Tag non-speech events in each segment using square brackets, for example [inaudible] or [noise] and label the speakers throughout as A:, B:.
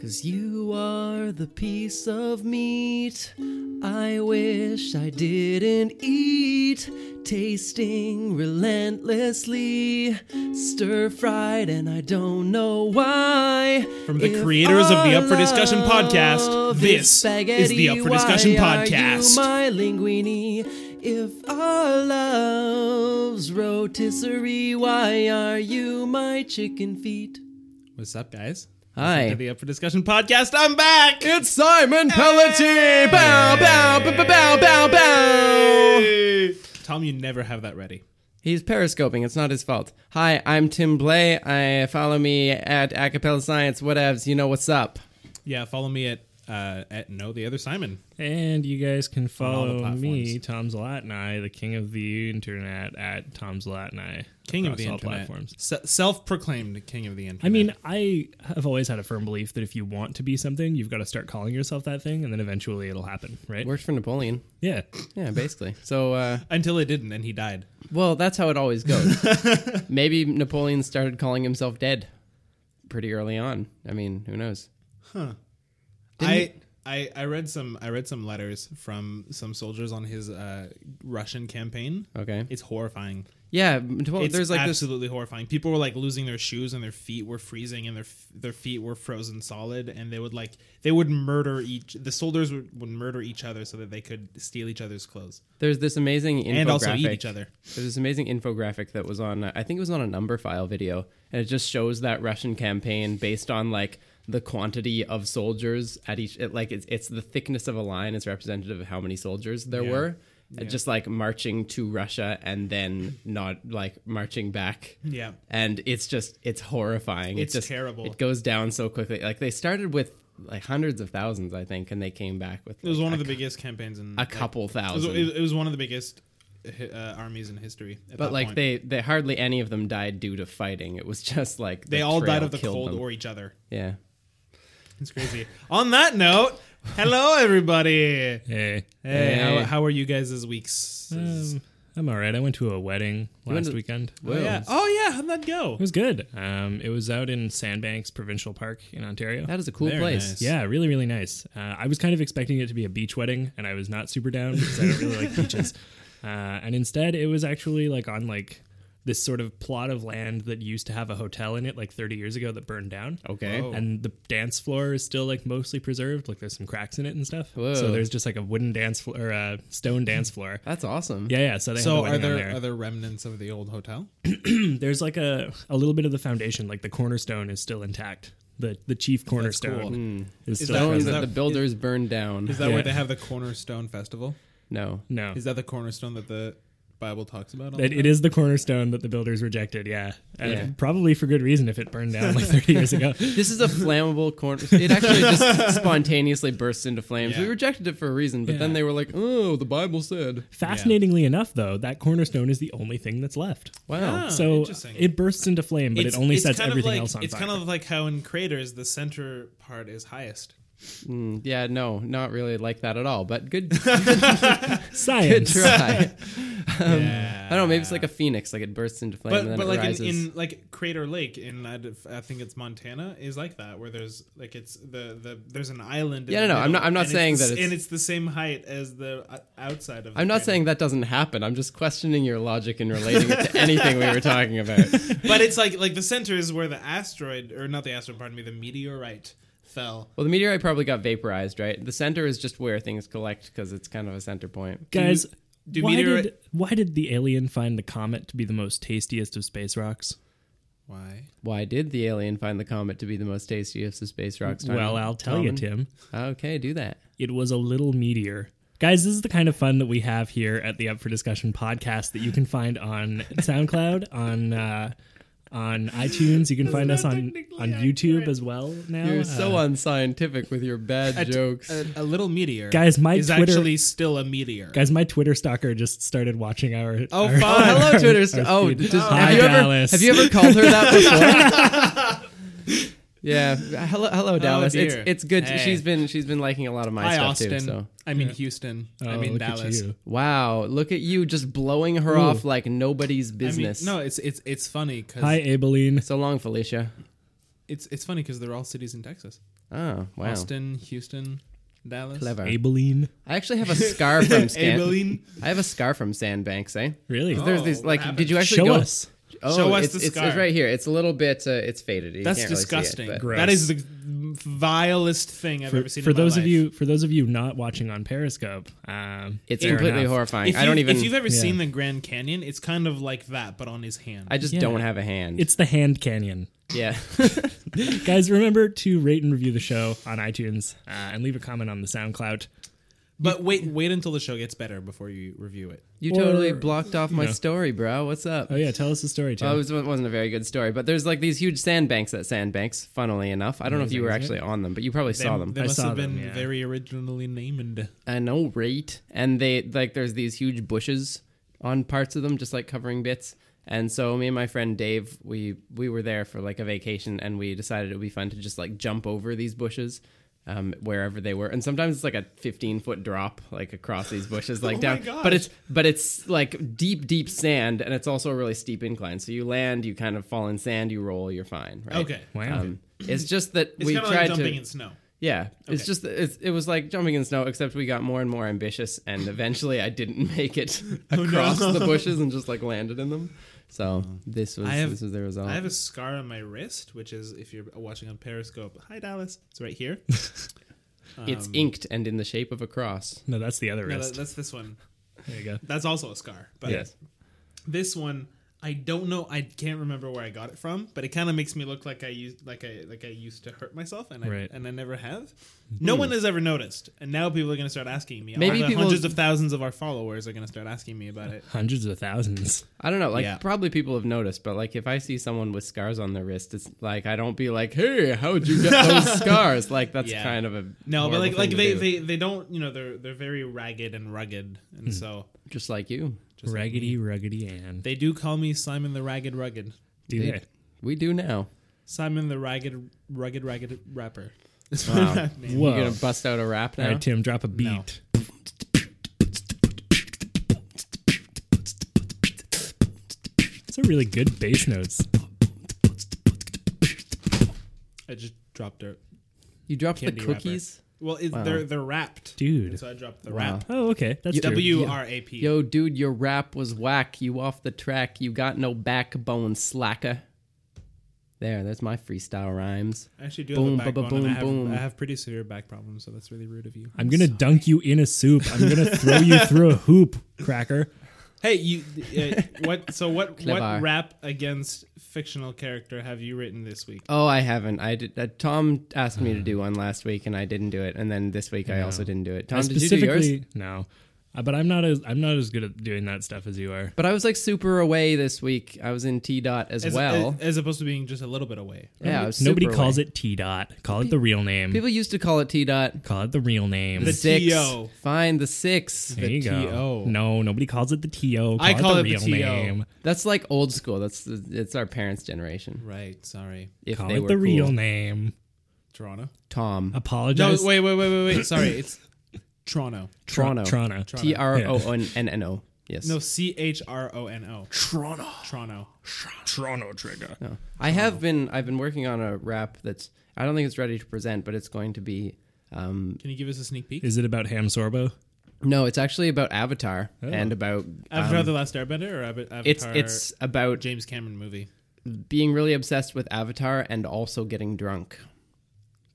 A: Cause you are the piece of meat I wish I didn't eat. Tasting relentlessly, stir fried, and I don't know why.
B: From the
A: If
B: creators of the
A: our
B: Up for Discussion podcast,
A: love
B: this is the
A: spaghetti,
B: Up for Discussion
A: why are you
B: podcast.
A: my linguine. If our love's rotisserie, why are you my chicken feet?
B: What's up, guys?
A: Hi.
B: To the Up for Discussion podcast. I'm back.
A: It's Simon Pelletier! Bow, bow, bow, bow, bow, bow!
B: Tom, you never have that ready.
A: He's periscoping. It's not his fault. Hi, I'm Tim Blay. I follow me at Acapella Science. Whatevs. You know what's up.
B: Yeah, follow me at uh, at no the other Simon.
C: And you guys can
B: all the
C: follow me,
B: platforms.
C: Tom Zalatni, the king of the internet, at Tom Zalatni.
B: King of
C: across
B: the
C: all
B: internet. Se- self-proclaimed king of the internet.
C: I mean, I have always had a firm belief that if you want to be something, you've got to start calling yourself that thing, and then eventually it'll happen, right?
A: Worked for Napoleon.
C: yeah.
A: Yeah, basically. So, uh,
B: until it didn't, and he died.
A: well, that's how it always
B: [laughs]
A: goes. Maybe Napoleon started calling himself dead pretty early on. I mean, who knows?
B: I, I I read some I read some letters from some soldiers on his uh, Russian campaign.
A: Okay.
B: It's horrifying.
A: Yeah, Napoleon,
B: It's
A: Oh, there's like this
B: absolutely horrifying. People were like losing their shoes and their feet were freezing and their f- their feet were frozen solid and they would like they would murder each the soldiers would, would murder each other so that they could steal each other's clothes
A: There's this amazing infographic.
B: and also eat each other.
A: There's this amazing infographic that was on. I think it was on a number file video, and it just shows that Russian campaign based on like the quantity of soldiers at each. It, like it's it's the thickness of a line is representative of how many soldiers there were. And Just like marching to Russia and then not like marching back.
B: Yeah.
A: And it's just it's horrifying. It
B: It's
A: just-
B: terrible.
A: It goes down so quickly. Like they started with like hundreds of thousands, I think, and they came back with
B: It was
A: like,
B: one of
A: a
B: the biggest campaigns in
A: a
B: like,
A: couple
B: It was,
A: thousand.
B: it was one of the biggest uh, armies in history. at
A: But
B: that
A: like
B: point.
A: they, they hardly any of them died due to fighting. It was just like the
B: they all died
A: trail
B: of the
A: killed
B: cold
A: them.
B: or each other.
A: yeah.
B: It's crazy. On that note, hello
A: [laughs]
B: everybody.
C: Hey.
B: Hey,
A: Hey.
B: How, how are you guys this week's?
C: Um, I'm all right. I went to a wedding
A: went
C: last
A: to-
C: weekend.
B: oh, yeah. oh yeah, how'd that go?
C: It was good. Um, it was out in Sandbanks Provincial Park in Ontario.
A: that is a cool
B: Very
A: place.
B: nice.
C: Yeah, really, really nice. Uh, I was kind of expecting it to be a beach wedding, and I was not super down because I don't
B: [laughs]
C: really like beaches. Uh, and instead, it was actually like on like this sort of plot of land that used to have a hotel in it like 30 years ago that burned down.
A: Okay.
B: Whoa.
C: And the dance floor is still like mostly preserved. Like there's some cracks in it and stuff.
A: Whoa.
C: So there's just like a wooden dance floor or a stone dance floor.
A: That's awesome.
C: Yeah, yeah. So they
B: So
C: have a
B: are
C: wedding on
B: there
C: there.
B: are there remnants of the old hotel?
C: [clears throat] there's like a a little bit of the foundation, like the cornerstone is still intact. The the chief cornerstone
B: cool.
C: is,
B: Is
C: still
A: Stones
B: that- Oh, is
A: that
C: present.
A: the builders burned down.
B: Is that where
C: Yeah.
B: they have the Cornerstone Festival? [laughs]
A: no.
C: no.
B: Is that the Cornerstone that the Bible talks about? all
C: It,
B: the
C: it
B: time?
C: is the cornerstone that the builders rejected, yeah. And
A: Yeah.
C: Probably for good reason if it burned down like 30
B: [laughs]
C: years ago.
A: This is a flammable corner. It actually just spontaneously bursts into flames. We
B: Yeah.
A: rejected it for a reason, but then
C: Yeah.
A: they were like, "Oh, the Bible said."
C: Fascinatingly enough, though, that cornerstone is the only thing that's left.
A: Wow.
B: Oh,
C: so
B: interesting.
C: it bursts into flame, but it only sets
B: kind of
C: everything
B: like-
C: else on
B: It's
C: fire.
B: kind of like how in craters the center part is highest.
A: Mm, yeah, no, not really like that at all. But
B: [laughs]
A: good, good
C: Science.
A: try.
B: yeah.
A: I don't know. Maybe it's like a phoenix, like it bursts into flame and
B: But
A: then
B: but
A: it
B: like in,
A: rises.
B: in like Crater Lake in I, d- I think it's Montana is like that where there's like it's the the there's an island. in
A: Yeah,
B: the
A: no, no, I'm
B: middle,
A: not- I'm not
B: and
A: saying
B: the
A: that
B: s-
A: it's-
B: and it's the same height as the uh, outside of. the
A: I'm not
B: crater.
A: saying that doesn't happen. I'm just questioning your logic and relating it to anything we were talking
B: [laughs]
A: about.
B: but it's like like the center is where the asteroid or not the asteroid, pardon me, the meteorite fell.
A: Well, the meteorite probably got vaporized, right? The center is just where things collect because it's kind of a center point.
C: Guys,
B: do
C: why,
B: meteorite-
C: did, why did the alien find the comet to be the most tastiest of space rocks?
B: Why?
A: Why did the alien find the comet to be the most tastiest of space rocks? Time?
C: Well, I'll tell you, Tim.
A: Okay, do that.
C: It was a little meteor. Guys, this is the kind of fun that we have here at the Up for Discussion podcast that you can find on SoundCloud, on uh, on iTunes. You can find us on on YouTube as well now.
A: You're
C: Uh,
A: so unscientific with your bad jokes.
B: A, a little meteor,
C: Guys, my
B: is
C: Twitter-
B: actually still a meteor.
C: guys, my Twitter stalker just started watching our.
B: oh,
C: our-
A: oh,
B: fun.
A: hello, Twitter. st- oh,
C: feed.
A: just,
C: Hi,
A: have you
C: Dallas.
A: ever have you ever called her that before?
B: [laughs]
A: yeah. Hello, hello, Dallas. it's
B: Oh, dear.
A: it's good.
B: Hey.
A: She's been she's been liking a lot of my
B: Hi,
A: stuff
B: Austin.
A: too. So.
B: I mean Houston. I
C: Oh,
B: mean
C: look at
B: Dallas.
C: you.
A: Wow, look at you just blowing her off like nobody's
B: I mean,
A: business.
B: no, it's it's it's funny because
C: Hi, Abilene.
A: So long, Felicia.
B: it's it's funny because they're all cities in Texas.
A: Oh, wow.
B: Austin, Houston, Dallas.
A: Clever.
C: Abilene.
A: I actually have a
B: [laughs]
A: scar from Stan.
B: Abilene.
A: I have a scar from Sandbanks, eh?
C: Really?
A: There's
B: Oh,
A: these
B: what
A: like.
B: happened?
A: Did you actually
C: Show
A: go?
C: us.
A: Oh,
B: Show us
A: it's,
B: the
A: it's,
B: scar.
A: It's right here. It's a little bit. Uh, it's faded. You
B: That's
A: can't really see it,
B: disgusting.
A: but-
C: Gross.
B: that is the vilest thing I've ever
C: For,
B: seen.
C: for
B: in my
C: those
B: life.
C: of you, for those of you not watching on Periscope, um,
A: It's
C: fair
A: completely
C: enough.
A: horrifying.
B: if you,
A: I don't even.
B: If you've ever
C: Yeah.
B: seen the Grand Canyon, it's kind of like that, but on his hand.
A: I just
C: Yeah.
A: don't have a hand.
C: It's the hand canyon.
A: yeah.
C: Guys, remember to rate and review the show on iTunes uh, and leave a comment on the SoundCloud.
B: but wait, wait until the show gets better before you review it.
A: you
C: Or-
A: totally blocked off my
C: No.
A: story, bro. What's up?
C: Oh yeah, tell us the story, Tim.
A: Oh, it was- it wasn't a very good story, but there's like these huge sandbanks at Sandbanks. Funnily enough, I don't know if you were actually on them, but you probably saw them.
B: They
C: I
B: must
C: saw
B: have been
C: them, yeah.
B: very originally named.
A: I know, uh, right? And they like there's these huge bushes on parts of them, just like covering bits. And so me and my friend Dave, we we were there for like a vacation, and we decided it would be fun to just like jump over these bushes. Um, wherever they were, and sometimes it's like a 15 foot drop, like across these bushes, like
B: [laughs] Oh
A: down.
B: my gosh.
A: But it's but it's like deep, deep sand, and it's also a really steep incline. So you land, you kind of fall in sand, you roll, you're fine. Right?
B: Okay.
C: wow.
A: Um, it's just that
B: It's
A: we
B: kind
A: tried
B: of like jumping
A: to
B: in snow.
A: yeah, it's just it's, it was like jumping in snow, except we got more and more ambitious, and eventually I didn't [laughs] make
B: [laughs]
A: it
B: Oh,
A: across the bushes and just like landed in them. So this was
B: I have-
A: this was the result.
B: I have a scar on my wrist, which is if you're watching on Periscope. Hi, Dallas. It's right here.
A: it's
B: um,
A: inked and in the shape of a cross.
C: No, that's the other
B: No,
C: wrist.
B: that, that's this one.
C: there you go.
B: That's also a scar. But
C: Yes.
B: this one, I don't know. I can't remember where I got it from, but it kind of makes me look like I used like I like I used to hurt myself, and I
C: Right.
B: and I never have. No one has ever noticed, and now people are going to start asking me.
A: Maybe
B: Maybe
A: people-
B: hundreds of thousands of our followers are going to start asking me about it.
C: Hundreds of thousands.
A: I don't know, like
B: Yeah.
A: probably people have noticed, but like if I see someone with scars on their wrist, it's like I don't be like, "Hey, how'd you get
B: [laughs]
A: those scars?" Like that's
B: Yeah.
A: kind of a
B: No, but
A: horrible
B: like
A: thing
B: like
A: to
B: they,
A: do.
B: they they don't you know they're they're very ragged and rugged,
A: Hmm.
B: and so
A: just like you.
B: just like
C: raggedy, ruggedy, and
B: They do call me Simon the Ragged Rugged.
C: do
A: They-
C: they?
A: We do now.
B: Simon the Ragged Rugged Ragged Rapper. [laughs] That's
A: Wow.
B: my rap name.
C: Whoa!
A: You're gonna bust out a rap
C: All
A: now.
C: right, Tim, drop a beat.
B: No.
C: It's a really good bass notes.
B: I just dropped it.
A: you dropped the
B: Candy rapper.
A: cookies.
B: Well, it, they're they're wrapped,
C: Dude.
B: And so I dropped the
A: Wow.
B: rap.
C: Oh, okay. That's true.
B: E W R A P.
A: Yo, dude, your rap was whack. You off the track. You got no backbone, slacker. There, there's my freestyle rhymes.
B: I actually do
A: Boom,
B: have a backbone.
A: ba-ba-boom,
B: and I, have,
A: boom.
B: I have pretty severe back problems, so that's really rude of you.
C: I'm gonna dunk you in a soup. I'm gonna throw you through a hoop, cracker.
A: [laughs]
B: Hey, you. Uh, what? So what?
A: Clever.
B: what rap against fictional character have you written this week?
A: Oh, I haven't. I did. Uh, Tom asked me to do one last week, and I didn't do it. And then this week, I also didn't do it. Tom, did you do yours?
C: no, Uh, but I'm not as I'm not as good at doing that stuff as you are.
A: But I was like super away this week. I was in T dot as,
B: As,
A: well.
B: as, as opposed to being just a little bit away.
A: yeah, I was
C: Nobody
A: super
C: calls
A: away.
C: it T dot. Call it the real name.
A: People used to call it T dot.
C: call it the real name.
B: The
A: Six.
B: TO.
A: Fine, the six.
C: there you go.
B: TO.
C: No, nobody calls it the to. Call
B: I call
C: it
B: it
C: the
B: the
C: real
B: TO.
C: name.
A: That's like old school. That's the, it's our parents' generation.
B: Right. Sorry,
A: If
C: Call
A: they
C: it
A: were
C: the real
A: cool.
C: name.
B: Toronto.
A: Tom.
B: No,
C: Apologize.
B: wait, wait, wait, wait,
A: [laughs]
B: wait. Sorry, it's Toronto.
C: Tr-
A: Toronto.
C: Toronto.
A: T R O N N N O. Yes.
B: No, C H R O N O. Toronto. Toronto.
C: Toronto trigger.
A: No. I have been I've been working on a rap that's I don't think it's ready to present, but it's going to be um
B: Can you give us a sneak peek?
C: Is it about ham sorbo?
A: no, it's actually about Avatar and about
B: Oh. Avatar: The Last Airbender or Ava- Avatar?
A: it's it's about
B: James Cameron movie.
A: being really obsessed with Avatar and also getting drunk.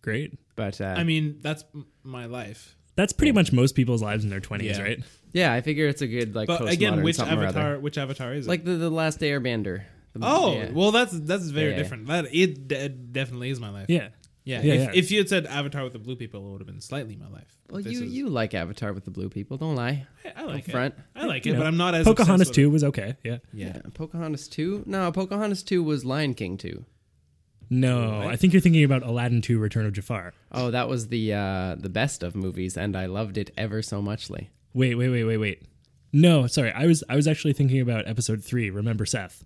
C: Great.
A: But uh,
B: I mean, that's m- my life.
C: That's pretty much most people's lives in their twenties,
B: Yeah.
C: right?
A: yeah, I figure it's a good like
B: But again,
A: postmodern
B: which
A: something or other.
B: Avatar? Which Avatar is it?
A: like the, the last Airbender. The-
B: oh,
A: yeah.
B: well, that's that's very
A: Yeah, yeah.
B: different. That it de- definitely is my life.
C: Yeah.
B: yeah.
C: Yeah,
B: if,
C: yeah.
B: if you had said Avatar with the blue people, it would have been slightly my life.
A: Well,
B: This
A: you
B: is-
A: you like Avatar with the blue people, don't lie.
B: I, I like it.
A: front.
B: I like it,
C: You know,
B: but I'm not as obsessed
C: Pocahontas
B: with it.
C: two was okay. Yeah.
B: Yeah.
A: Pocahontas 2? No, Pocahontas 2 was Lion King 2.
C: No, I think you're thinking about Aladdin 2 Return of Jafar.
A: Oh, that was the uh, the best of movies, and I loved it ever so muchly.
C: Wait, wait, wait, wait, wait. No, sorry. I was I was actually thinking about episode 3,
A: [laughs]
C: Remember Seth.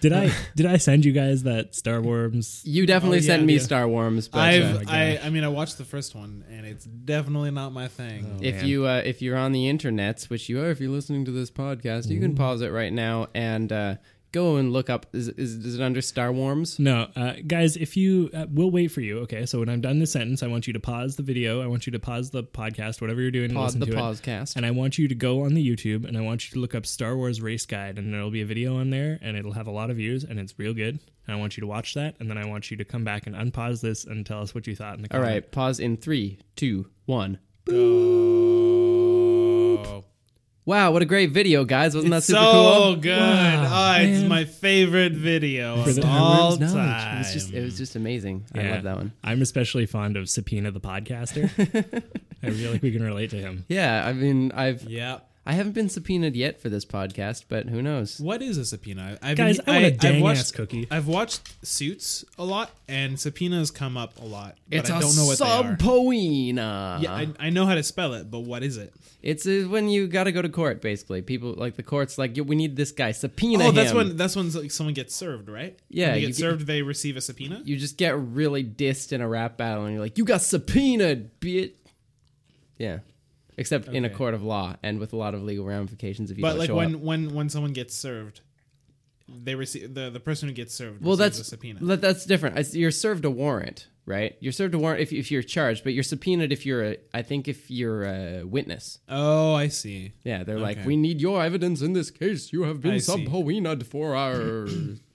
C: did I did I send you guys that Star Wars?
A: You definitely
B: Oh, yeah,
A: sent me
B: yeah.
A: Star Worms, but uh,
B: I've I, I mean I watched the first one and it's definitely not my thing.
A: if
C: man.
A: you uh,
B: Mm-hmm.
A: if you're on the internets, which you are if you're listening to this podcast, you can pause it right now and uh, Go and look up. Is, is, is it under Star Worms?
C: No, uh, guys, if you, uh, we'll wait for you. Okay, so when I'm done this sentence, I want you to pause the video. I want you to pause the podcast, whatever you're doing, and
A: Pod
C: listen
A: the
C: to it.
A: podcast.
C: And I want you to go on the YouTube and I want you to look up Star Wars Race Guide, and there'll be a video on there, and it'll have a lot of views, and it's real good. And I want you to watch that, and then I want you to come back and unpause this and tell us what you thought in the
A: All
C: comment.
A: right,
B: Uh-huh.
A: pause in three, two, one.
B: Oh.
A: Wow, what a great video, guys! Wasn't that
B: It's
A: super
B: so
A: cool?
B: good.
C: Wow,
B: oh, it's
C: man.
B: my favorite video
C: For
B: of
C: the
B: all
A: Worms knowledge.
B: time.
A: It was just it was just amazing. I
C: Yeah.
A: love that one.
C: I'm especially fond of Subpoena
A: [laughs]
C: the podcaster. I feel like we can relate to him.
A: Yeah, I mean, I've
B: yeah.
A: I haven't been subpoenaed yet for this podcast, but who knows?
B: What is a subpoena? I've
C: Guys, I want a
B: I've
C: dang-ass
B: watched-
C: cookie.
B: I've watched Suits a lot, and subpoenas come up a lot. But
A: It's
B: I
A: a
B: don't know what they are.
A: subpoena.
B: Yeah, I, I know how to spell it, but what is it?
A: It's uh, when you got to go to court, basically. People like the court's like, "Yo, we need this guy. Subpoena
B: oh, that's
A: him."
B: when that's when like, someone gets served, right?
A: Yeah,
B: when they
A: you
B: get
A: get-
B: served. They receive a subpoena.
A: you just get really dissed in a rap battle, and you're like, "You got subpoenaed, bitch." Yeah, except in a
B: Okay.
A: court of law and with a lot of legal ramifications if you
B: but
A: don't
B: like
A: show
B: when,
A: up.
B: when when someone gets served, they receive the, the person who gets served.
A: Well,
B: receives
A: that's
B: a subpoena.
A: that- that's different. It's- You're served a warrant, right? You're served a warrant if, if you're charged, but you're subpoenaed if you're a. I think if you're a witness.
B: oh, I see.
A: Yeah, they're like,
B: Okay.
A: "We need your evidence in this case. You have
B: I
A: been
B: see.
A: subpoenaed for our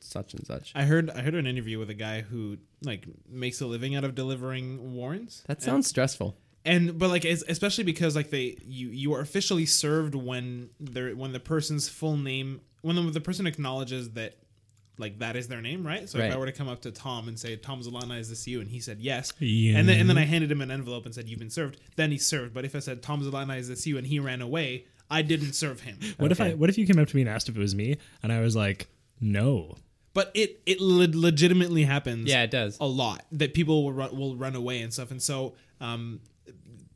A: such and such."
B: I heard I heard an interview with a guy who like makes a living out of delivering warrants.
A: That sounds stressful.
B: and but like es- especially because like they you you are officially served when there when the person's full name when the, the person acknowledges that like that is their name right so
A: Right.
B: if i were to come up to tom and say tom Zolana is this you and he said yes and then and then i handed him an envelope and said you've been served then he served but if i said tom Zolana is this you and he ran away i didn't serve him
C: What if I? What if you came up to me and asked if it was me, and I was like, "No."
B: but it it le- legitimately happens
A: Yeah, it does.
B: a lot that people will run, will run away and stuff. And so, um,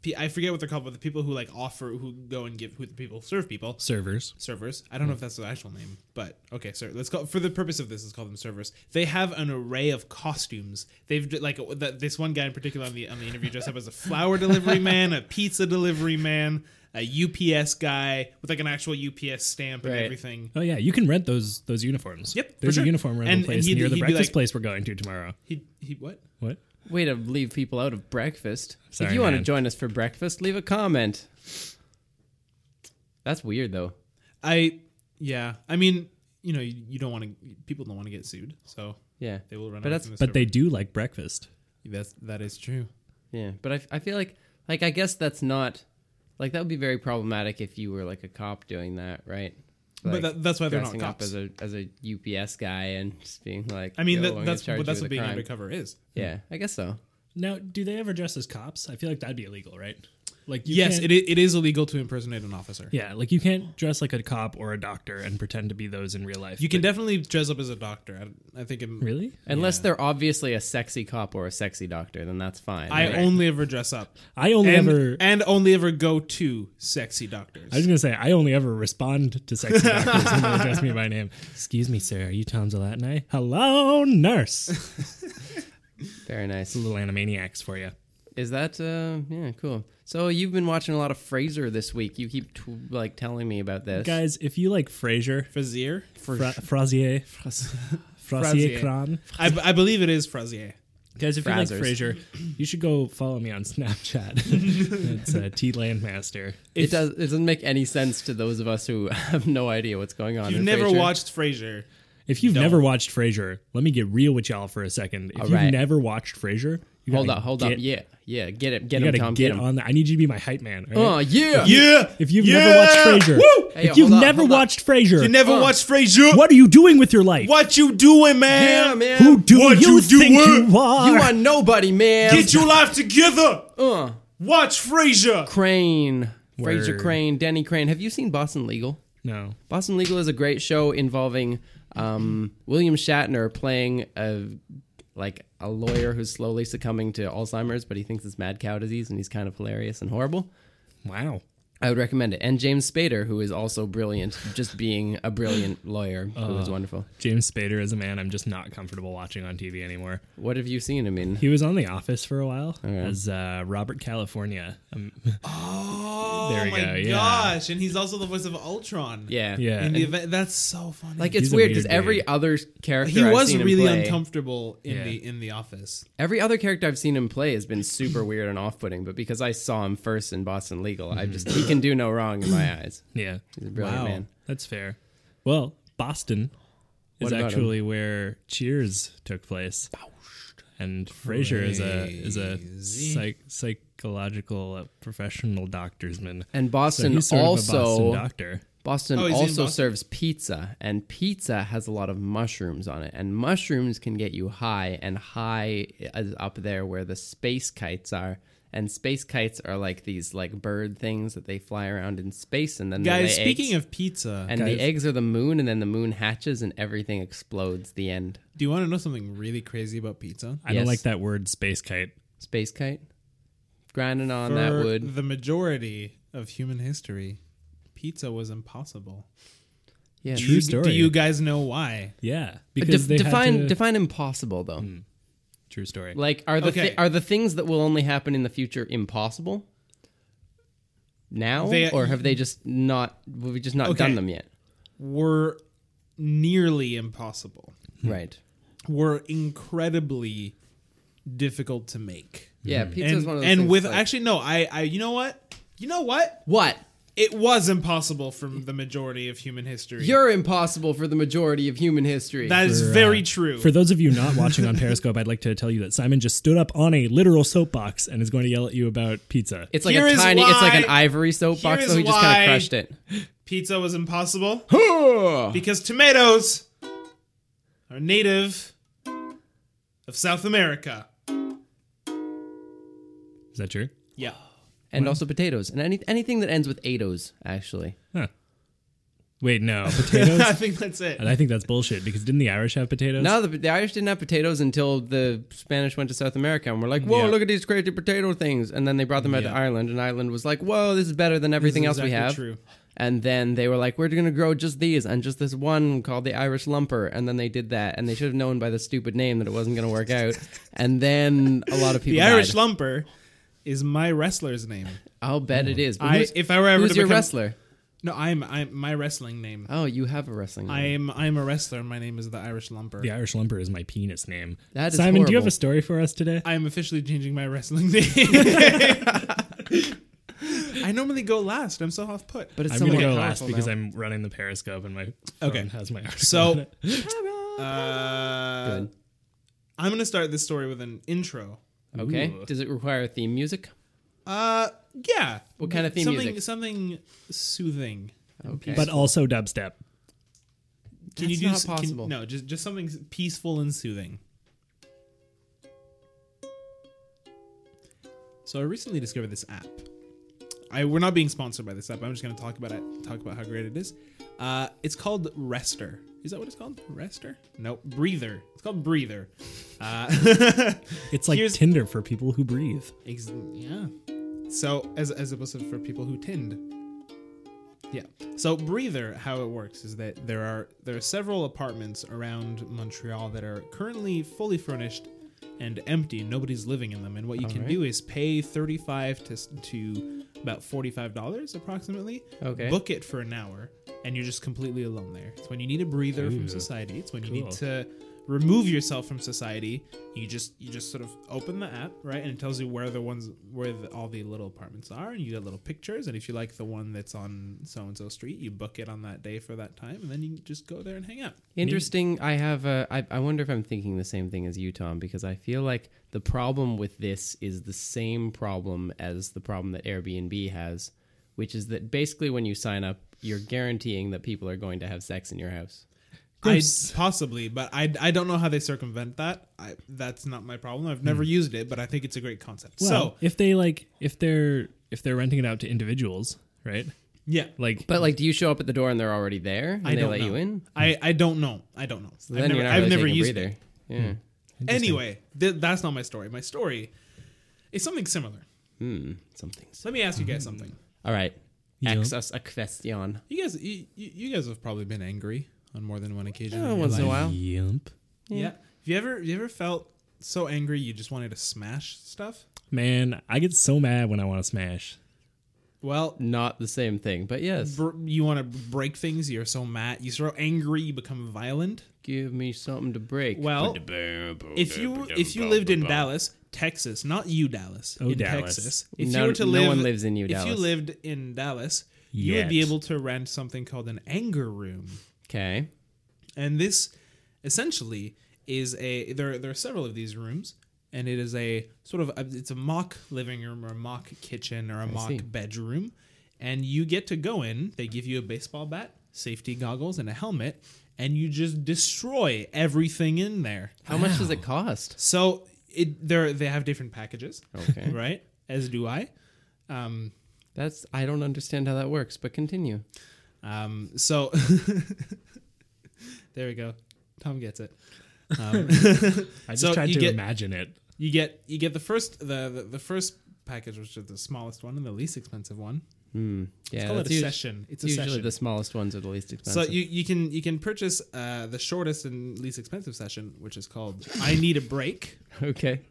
B: p- I forget what they're called, but the people who like offer, who go and give, who the people serve people,
C: Servers.
B: servers. I don't know if that's the actual name, but okay, sir. Let's call for the purpose of this. Let's call them servers. They have an array of costumes. They've d- like the, this one guy in particular on the on the interview dressed up as a
A: [laughs]
B: flower delivery man, a pizza delivery man, a UPS guy with like an actual UPS stamp and
A: Right.
B: everything.
C: Oh yeah, you can rent those those uniforms.
B: Yep, for
C: there's
B: sure.
C: a uniform rental
B: And-
C: place
B: and he'd-
C: near the
B: he'd be
C: breakfast
B: like-
C: place we're going to tomorrow.
B: He he what?
C: What?
A: Way to leave people out of breakfast. if
C: Sorry,
A: you want to
C: man.
A: join us for breakfast, leave a comment. That's weird, though.
B: I yeah. I mean, you know, you, you don't want to. People don't want to get sued, so
A: Yeah,
B: they will run.
A: But
B: away
A: that's-
B: from the
C: But they do like breakfast.
B: server. that's that is true.
A: yeah. But I, I feel like, like I guess that's not, like that would be very problematic if you were like a cop doing that, right? Like,
B: but that, that's why they're not
A: dressing up
B: cops.
A: as a as a UPS guy and just being like,
B: I
A: "Yo,
B: mean,
A: I'm
B: that,
A: gonna
B: that's
A: charge
B: but
A: you
B: that's
A: with
B: what
A: a
B: being
A: crime."
B: undercover is.
A: Yeah, I guess so.
C: Now, do they ever dress as cops? I feel like that'd be illegal, right? Like you
B: yes,
C: can't-
B: it, i- it is illegal to impersonate an officer.
C: Yeah, like you can't dress like a cop or a doctor and pretend to be those in real life.
B: You can
C: but-
B: definitely dress up as a doctor. I, I think. It,
C: really.
A: Unless they're obviously a sexy cop or a sexy doctor, then that's fine.
B: I
A: right?
B: only ever dress up,
C: I only
B: and,
C: ever.
B: and only ever go to sexy doctors.
C: I was gonna say I only ever respond to sexy doctors
A: [laughs]
C: when they address me by name. Excuse me, sir. Are you Tom Zalatni?
A: [laughs]
C: Hello, nurse.
A: very nice.
C: Little animaniacs for you.
A: Is that uh yeah, cool. So you've been watching a lot of Fraser this week. You keep t- like telling me about this.
C: Guys, if you like Frasier,
B: Frazier.
C: Fra- Frasier, [laughs]
B: Frasier.
C: Frasier Cron.
B: I, I believe it is Frazier.
C: Guys, if you like
A: Frazzers.
C: Frasier, you should go follow me on
A: [laughs]
C: Snapchat. it's uh, T Landmaster.
A: it does it doesn't make any sense to those of us who [laughs] have no idea what's going on.
B: You've
A: in
B: never
A: Frasier.
B: watched Frasier.
C: If you've
B: Don't.
C: never watched Frasier, let me get real with y'all for a second. If
A: All
C: you've
A: right.
C: never watched Frasier, you
A: Hold
C: gotta
A: up, hold
C: get,
A: up. Yeah, yeah. Get it, get
C: You
A: him,
C: gotta
A: Tom.
C: get,
A: Get him.
C: on that. I need you to be my hype man. all right?
A: Oh yeah.
B: Yeah.
C: If you've never watched Frasier,
B: Woo!
A: Hey, yo,
C: if you've
A: hold up,
C: never
A: hold up.
C: watched Frasier,
B: You never
A: Uh.
B: watched Frasier.
C: what are you doing with your life?
B: What you doing, man?
A: Yeah, man.
C: Who do
B: What
C: you,
B: you do
C: think
B: with-
C: you are?
A: You
C: [laughs]
A: are nobody, man.
B: Get your life together.
A: uh,
B: Watch Frasier.
A: Crane. Fraser
C: Word.
A: Crane, Danny Crane. Have you seen Boston Legal?
C: no.
A: Boston Legal is a great show involving um, William Shatner playing a like a lawyer who's slowly succumbing to Alzheimer's, but he thinks it's mad cow disease, and he's kind of hilarious and horrible.
C: Wow.
A: I would recommend it. And James Spader, who is also brilliant, just being a brilliant lawyer, who is wonderful.
C: James Spader is a man I'm just not comfortable watching on TV anymore.
A: What have you seen him in?
C: He was on The Office for a while as uh, Robert California. Um, [laughs]
B: Oh
C: There we
B: my
C: go, yeah.
B: gosh! And he's also the voice of Ultron.
A: Yeah,
C: yeah,
B: In the event, that's so funny.
A: Like
C: He's
A: it's
C: a
A: weird
C: weird
A: because every
C: dude.
A: other character
B: he
A: I've
B: was
A: seen him
B: really
A: play-
B: uncomfortable in
C: Yeah.
B: the in the office.
A: Every other character I've seen him play has been super weird and off-putting, but because I saw him first in Boston Legal, I just he can do no wrong in my eyes.
C: yeah.
A: He's a brilliant
B: Wow.
A: man.
C: That's fair. Well, Boston
A: What
C: is
A: about
C: actually where Cheers took place, and Frasier is a is a
B: Crazy.
C: psych, psychological uh, professional doctorsman.
A: And
C: So
A: Boston
C: he's sort
A: also
C: of a Boston
A: Boston,
C: doctor.
B: Oh, he's in
A: also
B: Boston?
A: serves pizza, and pizza has a lot of mushrooms on it, and mushrooms can get you high, and high is up there where the space kites are. And space kites are like these like bird things that they fly around in space, and then they
B: Guys,
A: lay
B: speaking
A: eggs.
B: of pizza,
A: and
C: guys-
A: the eggs are the moon, and then the moon hatches, and everything explodes. The end.
B: do you want to know something really crazy about pizza?
C: I don't
A: Yes.
C: like that word space kite.
A: Space kite, grinding on
B: For
A: that wood.
B: the majority of human history, pizza was impossible.
A: Yeah.
B: Do
C: True
B: you- Do
C: story.
B: you guys know why?
C: Yeah,
A: Def-
C: because they
A: define
C: had to,
A: define impossible though.
C: true story.
A: Like, are the thi-
B: Okay.
A: are the things that will only happen in the future impossible now,
B: They-
A: or have they just not? Have we just not
B: Okay.
A: done them yet?
B: Were nearly impossible.
A: Right.
B: Were incredibly difficult to make.
A: Yeah, pizza
B: Hmm. And,
A: is one of those.
B: and
A: things
B: with
A: like-
B: actually no, I I you know what? You know what?
A: what
B: It was impossible from the majority of human history.
A: you're impossible for the majority of human history.
B: that is
C: For, uh,
B: very true.
C: For those of you not watching on Periscope, I'd like to tell you that Simon just stood up on a literal soapbox and is going to yell at you about pizza.
A: it's like
B: here
A: a
B: is
A: tiny, it's like an
B: why-
A: ivory soapbox,
B: here
A: so he
B: is
A: just kind
B: why-
A: of crushed
B: [gasps]
A: it.
B: Pizza was impossible because tomatoes are native of South America.
C: is that true?
B: Yeah. [laughs]
A: and also potatoes and any, anything that ends with atos. Actually,
C: Huh. Wait, no
A: [laughs]
C: potatoes.
B: I think that's it.
C: And I think that's bullshit because didn't the Irish have potatoes?
A: no, the, the Irish didn't have potatoes until the Spanish went to South America and were like, "Whoa,
C: Yeah.
A: look at these crazy potato things!" And then they brought them out
C: Yeah.
A: to Ireland, and Ireland was like, "Whoa, this is better than everything
B: This is
A: else we
B: exactly
A: have."
B: true.
A: And then they were like, "We're gonna grow just these and just this one called the Irish Lumper." And then they did that, and they should have known by the stupid name that it wasn't gonna work
B: [laughs]
A: out. And then a lot of people.
B: The Irish
A: died.
B: Lumper is my wrestler's name.
A: I'll bet it is. But
B: I,
A: who's,
B: if I were ever
A: who's
B: to
A: your
B: become-
A: wrestler?
B: no, I'm I'm my wrestling name.
A: Oh, you have a wrestling. name.
B: I am I'm a wrestler. My name is the Irish Lumper.
C: The Irish Lumper is my penis name.
A: That is
C: Simon, do you have
A: horrible.
C: a story for us today?
B: I am officially changing my wrestling name. [laughs] I normally go last. I'm so off put.
A: but it's
C: I'm
A: someone
C: gonna go
A: powerful
C: last because
A: now.
C: I'm running the Periscope and my phone
B: Okay.
C: has my article. on
B: So,
C: it.
B: uh,
A: Good.
B: I'm gonna start this story with an intro.
A: okay.
C: Ooh.
A: Does it require theme music?
B: Uh, yeah.
A: What kind of theme
B: something,
A: music?
B: Something soothing.
A: Okay.
C: but also dubstep.
B: Can
A: That's
B: you do
A: not
B: s- can-
A: possible.
B: no, just just something s- peaceful and soothing. So I recently discovered this app. I we're not being sponsored by this app. I'm just going to talk about it. Talk about how great it is. Uh, it's called Rester. Is that what it's called? Rester? No, Breather. It's called Breather. Uh,
C: It's like
B: Here's-
C: Tinder for people who breathe.
B: Ex- yeah. So as as opposed to for people who tend. Yeah. So breather, how it works is that there are there are several apartments around Montreal that are currently fully furnished and empty. Nobody's living in them, and what you can
A: right.
B: do is pay thirty five to s- to about forty five dollars approximately.
A: Okay.
B: Book it for an hour, and you're just completely alone there. It's when you need a breather
C: Ooh.
B: from society. It's when you
C: Cool.
B: need to remove yourself from society you just you just sort of open the app right and it tells you where the ones where the, all the little apartments are and you get little pictures and if you like the one that's on so and so street you book it on that day for that time and then you just go there and hang out
A: Interesting. I have a. I, I wonder if I'm thinking the same thing as you, Tom, because I feel like the problem with this is the same problem as the problem that Airbnb has, which is that basically when you sign up, you're guaranteeing that people are going to have sex in your house.
B: I
C: course.
B: possibly but I, I don't know how they circumvent that I, that's not my problem i've never
A: Hmm.
B: used it but i think it's a great concept
C: Well,
B: so
C: if they like, if they're if they're renting it out to individuals, right?
B: yeah
C: Like,
A: But like, do you show up at the door and they're already there and
B: I
A: they
B: don't
A: let
B: know.
A: you in?
B: I, I don't know i don't know
A: Then
B: i've never,
A: you're not
B: I've
A: really
B: never
A: taking a
B: used it
A: breather. Yeah.
B: anyway th- that's not my story my story is something similar
A: Hmm. Something's.
B: let me ask you guys something
A: All right. Ask us a question.
B: Mm-hmm. You guys, you, you you guys have probably been angry on more than one occasion.
A: Oh,
B: your
A: once in a
B: life.
A: while.
C: Yep.
B: Yeah. Have you ever have you ever felt so angry you just wanted to smash stuff?
C: Man, I get so mad when I want to smash.
B: Well,
A: Not the same thing, but yes.
B: br- you want to break things. You're so mad. You're so angry. You become violent.
A: Give me something to break.
B: Well, Oh, if you if you lived in Dallas, Texas, not you Dallas,
C: Oh,
B: in
C: Dallas.
B: Texas, if
A: No-
B: you were to
A: no
B: live,
A: one lives in you,
B: If you
A: Dallas.
B: lived in Dallas, you would be
C: Yet.
B: able to rent something called an anger room,
A: okay.
B: and this essentially is a there. There are several of these rooms, and it is a sort of a, it's a mock living room or a mock kitchen or a mock
A: see.
B: bedroom, and you get to go in. They give you a baseball bat, safety goggles, and a helmet. And you just destroy everything in there.
A: How much does it
B: [laughs]
A: cost?
B: So it there they have different packages,
A: Okay.
B: right? As do I. Um,
A: That's I don't understand how that works, but continue.
B: um, so [laughs] there we go. Tom gets it.
C: I just
B: So
C: tried
B: you
C: to
B: get-
C: imagine it.
B: You get you get the first the the, the first package, which is the smallest one and the least expensive one.
A: Yeah,
B: Hmm. Call it
A: that's
B: a
A: usu-
B: session. It's a
A: usually
B: session.
A: the smallest ones are the least
B: so
A: expensive.
B: you, you can you can purchase uh, the shortest and least expensive session, which is called "I Need a Break."
A: [laughs] okay.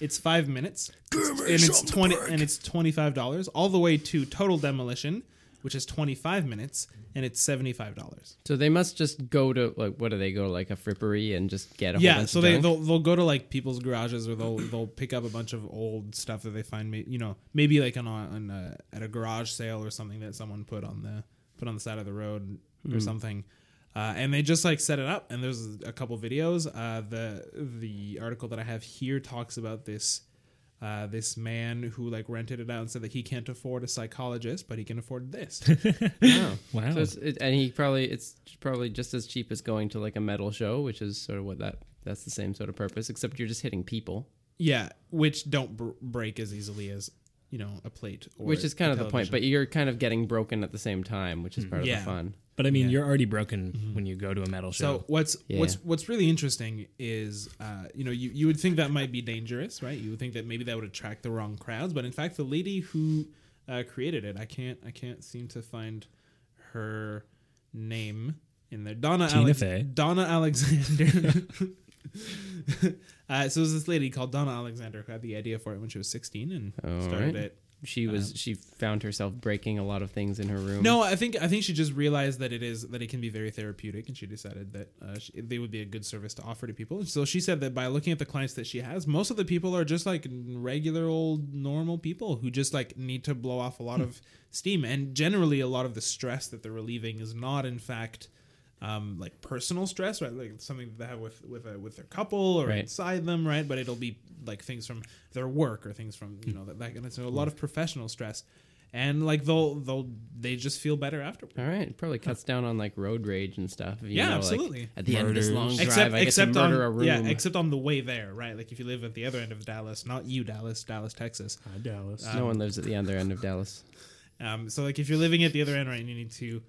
B: It's five minutes, and it's twenty and it's twenty five dollars all the way to Total Demolition, which is twenty five minutes, and it's seventy five dollars.
A: So they must just go to like what do they go to like a frippery and just get a whole
B: Yeah,
A: bunch
B: so
A: of
B: they
A: junk?
B: they'll, they'll go to like people's garages or they'll they'll pick up a bunch of old stuff that they find, may- you know, maybe like on, a- on a, uh, at a garage sale or something that someone put on the put on the side of the road
A: Hmm.
B: or something. Uh, and they just like set it up, and there's a couple videos. Uh, the the article that I have here talks about this uh, this man who like rented it out and said that he can't afford a psychologist, but he can
A: [laughs]
B: afford this. [laughs]
A: Wow.
C: Wow.
A: Oh. So it's, it, and he probably it's probably just as cheap as going to like a metal show, which is sort of what that that's the same sort of purpose, except you're just hitting people,
B: yeah, which don't br- break as easily as you know a plate. Or
A: which is kind
B: a
A: of the point.
B: television. Mm,
A: But you're kind of getting broken at the same time, which is part of
B: Yeah.
A: the fun.
C: but I mean,
B: Yeah.
C: you're already broken
A: Mm-hmm.
C: when you go to a metal show.
B: So what's
A: Yeah.
B: what's what's really interesting is uh, you know you, you would think that might be dangerous, right? You would think that maybe that would attract the wrong crowds, but in fact, the lady who uh, created it, I can't I can't seem to find her name in there. Donna
C: Tina
B: Alex-
C: Fey.
B: Donna Alexander. [laughs] uh, so it was this lady called Donna Alexander who had the idea for it when she was 16 and
A: All
B: started
A: right.
B: it.
A: She was she found herself breaking a lot of things in her room.
B: Um, No, I think I think she just realized that it is that it can be very therapeutic, and she decided that uh, she, they would be a good service to offer to people. So she said that by looking at the clients that she has, most of the people are just like regular old normal people who just like need to blow off a lot of steam, and generally a lot of the stress that they're relieving is not in fact. Um, like personal stress, right? Like something that they have with with a, with their couple or
A: Right.
B: inside them, right? But it'll be like things from their work or things from you know that, that kind of. So a lot of professional stress, and like they'll they'll they just feel better afterwards.
A: All right, it probably cuts down on like road rage and stuff. if you
B: Yeah,
A: know, like,
B: absolutely.
A: at the end of this long
C: Murders.
A: drive,
B: except
A: I get
B: except
A: to
B: on
A: murder a room.
B: yeah, except on the way there, right? Like if you live at the other end of Dallas, not you Dallas, Dallas, Texas.
C: Dallas.
A: no one lives at the other end of Dallas.
B: Um, so like if you're living at the other end, right, and you need to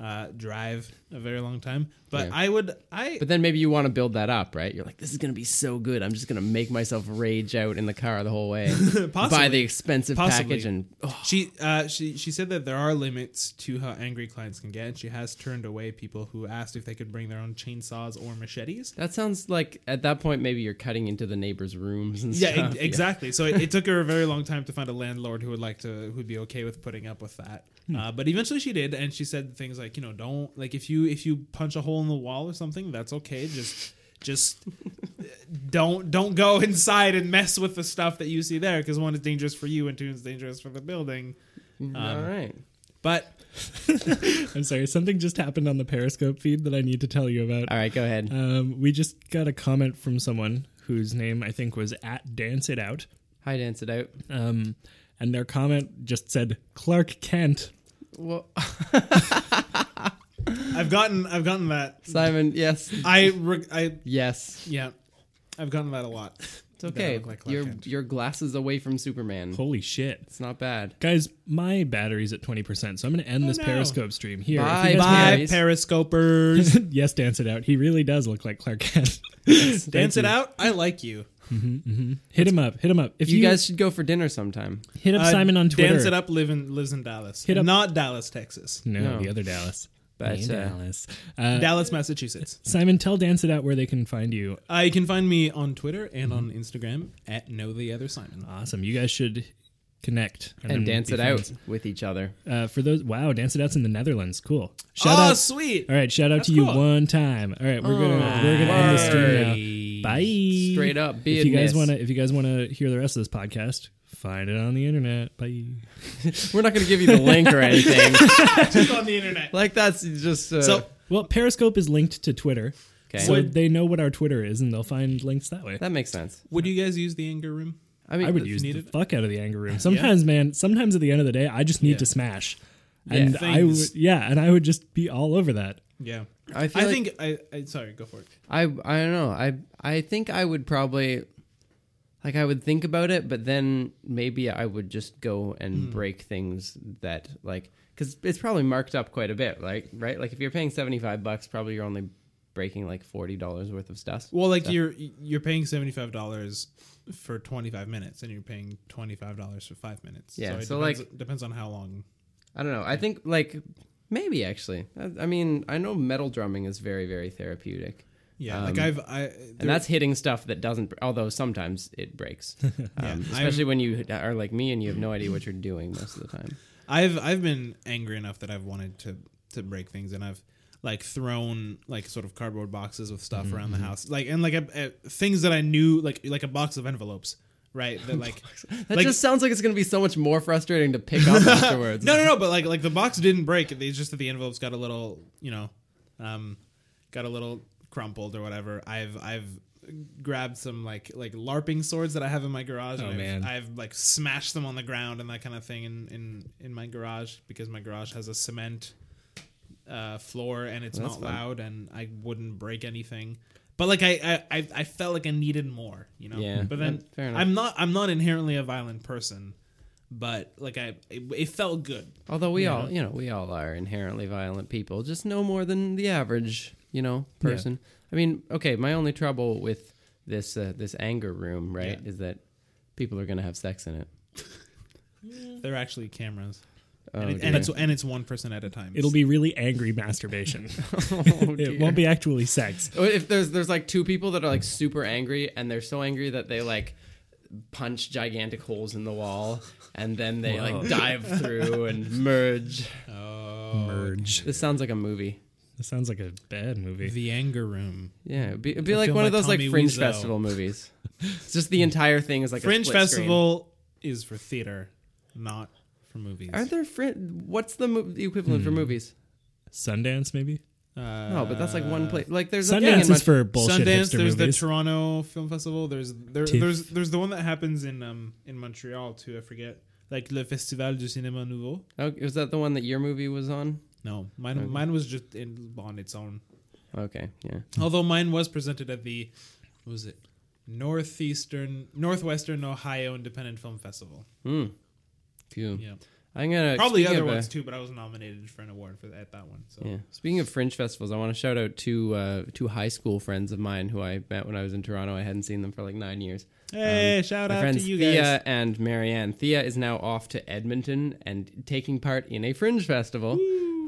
B: uh, drive a very long time. But
A: Yeah.
B: I would I
A: But then maybe you want to build that up, right? You're like, this is gonna be so good. I'm just gonna make myself rage out in the car the whole
B: [laughs]
A: way. Buy the
B: Possibly.
A: expensive
B: Possibly.
A: package and oh,
B: [sighs] she uh, she she said that there are limits to how angry clients can get, and she has turned away people who asked if they could bring their own chainsaws or machetes.
A: that sounds like at that point maybe you're cutting into the neighbors' rooms and
B: Yeah, e-
A: stuff.
B: exactly. So it, it took her a very long time to find a landlord who would like to, who'd be okay with putting up with that. Uh, but eventually she did, and she said things like, you know, don't like if you if you punch a hole in the wall or something, that's okay. Just just don't don't go inside and mess with the stuff that you see there because one is dangerous for you and two is dangerous for the building.
A: Um,
B: um,
A: All right.
B: But
C: I'm sorry. Something just happened on the Periscope feed that I need to tell you about.
A: All right. Go ahead.
C: Um, we just got a comment from someone whose name I think was at Dance It Out.
A: Hi, dance it out.
C: Um, and their comment just said Clark Kent.
A: Well,
B: I've gotten I've gotten that
A: [laughs] Simon, yes,
B: I re- I
A: yes.
B: yeah I've gotten that a lot.
A: It's okay.
B: look like Clark
A: Your
B: Kent.
A: your glasses away from Superman.
C: Holy shit.
A: It's not bad.
C: Guys, my battery's at 20%, so I'm going to end this
B: no.
C: Periscope stream
A: [laughs]
C: here.
A: Oh, Bye,
C: If you guys
B: Bye,
A: Paris.
B: Periscopers.
A: [laughs]
C: [laughs] yes, dance it out. He really does look like Clark Kent. [laughs]
B: Dance it out. I like you.
C: Hit him up. Hit him up. If
A: You, guys should go for dinner sometime.
C: hit up
B: Uh,
C: Simon on Twitter.
B: Dance it up. Live in, lives in Dallas.
C: Hit up-
B: Not Dallas, Texas.
C: No,
A: No.
C: the other Dallas.
A: But,
C: Me,
A: uh,
C: Dallas. Uh,
B: Dallas, Massachusetts.
C: Simon, tell Dance It Out where they can find you.
B: Uh, you can find me on Twitter and
A: Mm-hmm.
B: on Instagram at know the other Simon.
C: Awesome. You guys should connect
A: And,
C: then
A: dance
C: be
A: it out
C: friends.
A: with each other.
C: Uh, for those, wow, Dance It Out's in the Netherlands. Cool. Shout
B: oh,
C: out.
B: sweet.
C: All right, shout out
B: That's
C: to you
B: cool.
C: one time. All right, we're gonna we're gonna end the stream now. Bye.
A: Straight up
C: If you guys
A: business.
C: want to, if you guys want to hear the rest of this podcast, find it on the internet. Bye.
A: We're not going to give you the link or anything. [laughs]
B: Just on the internet.
A: like that's just uh,
B: So
C: Well, Periscope is linked to Twitter,
A: okay.
C: so
B: Would-
C: they know what our Twitter is, and they'll find links that way.
A: that makes sense.
B: would you guys use the anger room?
A: I mean,
C: I would
A: th-
C: use the
B: needed-
C: fuck out of the anger room. Sometimes, man. Sometimes at the end of the day, I just need
B: Yeah.
C: to smash, and I
B: Things.
C: would, yeah, and I would just be all over that.
B: Yeah.
A: I feel
B: I
A: like-
B: think I, I. Sorry, go for it.
A: I I don't know. I I think I would probably like I would think about it, but then maybe I would just go and break things that like because it's probably marked up quite a bit, like right? Like if you're paying seventy five bucks, probably you're only breaking like forty dollars worth of stuff.
B: Well, like you're you're paying seventy five dollars for twenty five minutes, and you're paying twenty five dollars for five minutes.
A: Yeah,
B: it
A: so,
B: depends,
A: like-
B: depends on how long.
A: I don't know. I think like maybe actually. I, I mean, I know metal drumming is very very therapeutic.
B: Yeah,
A: Um,
B: like I've I
A: and that's hitting stuff that doesn't although sometimes it breaks um, especially when you are like me and you have no idea what you're doing most of the time
B: I've I've been angry enough that I've wanted to to break things, and I've like thrown like sort of cardboard boxes with stuff
A: Mm-hmm,
B: around the house, like and like a, a, things that I knew like like a box of envelopes, right?
A: [laughs]
B: That like
A: That
B: like
A: just sounds like it's going to be so much more frustrating to pick up afterwards.
B: no no no, but like like the box didn't break. It's just that the envelopes got a little you know, um, got a little crumpled or whatever. I've I've grabbed some like like larping swords that I have in my garage
C: Oh,
B: and
C: man.
B: I've, I've like smashed them on the ground and that kind of thing in in in my garage because my garage has a cement uh, floor and it's
A: That's
B: not
A: fun.
B: loud and I wouldn't break anything. But like I, I, I- I felt like I needed more, you know.
A: Yeah,
B: But then
A: that- fair enough.
B: I'm not I'm not inherently a violent person, but like I it, it felt good.
A: Although we all, you know, we all are inherently violent people, just no more than the average, you know, person. I mean, okay, my only trouble with this uh, this anger room, right,
B: Yeah.
A: is that people are going to have sex in it.
B: They're actually cameras,
A: Oh,
B: and, it,
A: dear.
B: and it's and it's one person at a time.
C: It'll be really angry masturbation.
A: Oh,
C: it
A: dear.
C: won't be actually sex.
A: Oh, if there's there's like two people that are like super angry and they're so angry that they like punch gigantic holes in the wall and then they
C: Wow.
A: like dive through and
B: [laughs]
A: merge.
B: oh
C: Merge.
A: This sounds like a movie.
C: That sounds like a bad movie.
B: the anger room.
A: Yeah, it'd be, it'd be
B: A
A: like
B: film
A: one
B: by
A: of those
B: Tommy
A: like fringe
B: Wiseau.
A: festival movies. It's just the entire thing is like
B: Fringe
A: a split
B: Festival is for theater, not for movies.
A: Screen. Are there fringe? What's the, mo- the equivalent for
B: Hmm.
A: movies?
C: Sundance, maybe.
B: Uh,
A: No, but that's like one place. Like there's a thing in
C: Sundance is for bullshit
B: Sundance.
C: hipster
B: There's
C: movies.
B: the Toronto Film Festival. There's there,
C: TIFF.
B: there's there's the one that happens in um in Montreal too. I forget like Le Festival du Cinéma Nouveau.
A: oh, was that the one that your movie was on?
B: No, mine
A: Okay.
B: mine was just in, on its own.
A: Okay, yeah.
B: Although mine was presented at the what was it northeastern northwestern Ohio Independent Film Festival.
A: Hmm. Cool.
B: Yeah,
A: I'm gonna
B: probably
A: speaking
B: other
A: of, Mm. uh,
B: ones too, but I was nominated for an award for at that one. So
A: Yeah. Speaking of fringe festivals, I want to shout out two uh, two high school friends of mine who I met when I was in Toronto. I hadn't seen them for like nine years.
B: hey, shout
A: um, My
B: out to
A: friends
B: you guys.
A: Thea and Marianne. Thea is now off to Edmonton and taking part in a fringe festival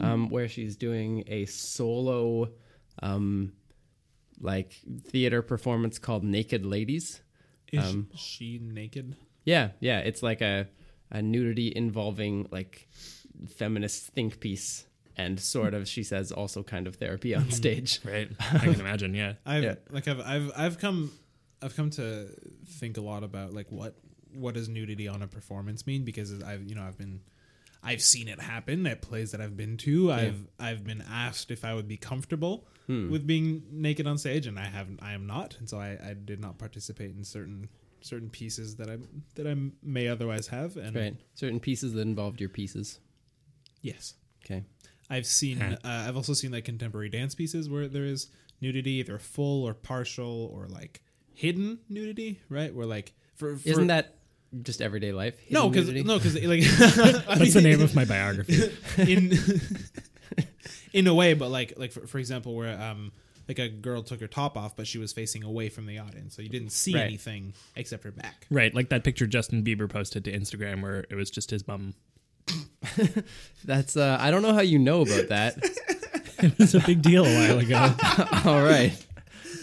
A: um, where she's doing a solo um, like theater performance called Naked Ladies.
B: Is
A: um,
B: she naked?
A: Yeah, yeah. It's like a, a nudity involving like feminist think piece and sort of, she says, also kind of therapy
B: [laughs]
A: on stage.
C: Right. I can imagine. Yeah.
B: I've
A: Yeah.
B: like I've I've I've come I've come to think a lot about like what what does nudity on a performance mean because I've you know I've been I've seen it happen at plays that I've been to. I've I've been asked if I would be comfortable
A: Hmm.
B: with being naked on stage and I have I am not and so I, I did not participate in certain certain pieces that I that I may otherwise have and
A: Right. Certain pieces that involved your pieces.
B: yes
A: Okay.
B: I've seen.
C: Huh.
B: Uh, I've also seen like contemporary dance pieces where there is nudity, either full or partial or like hidden nudity, right? Where like for, for
A: Isn't that just everyday life?
B: no,
A: Hidden
B: because
A: nudity?
B: no, because
A: [laughs]
B: like [laughs]
C: That's the name of my biography.
B: in in a way, but like like for, for example, where um like a girl took her top off, but she was facing away from the audience, so you didn't see
A: Right.
B: anything except her back.
C: Right, like that picture Justin Bieber posted to Instagram where it was just his bum.
A: That's uh, I don't know how you know about
B: [laughs]
A: that.
C: It was a big deal a while ago.
A: All right,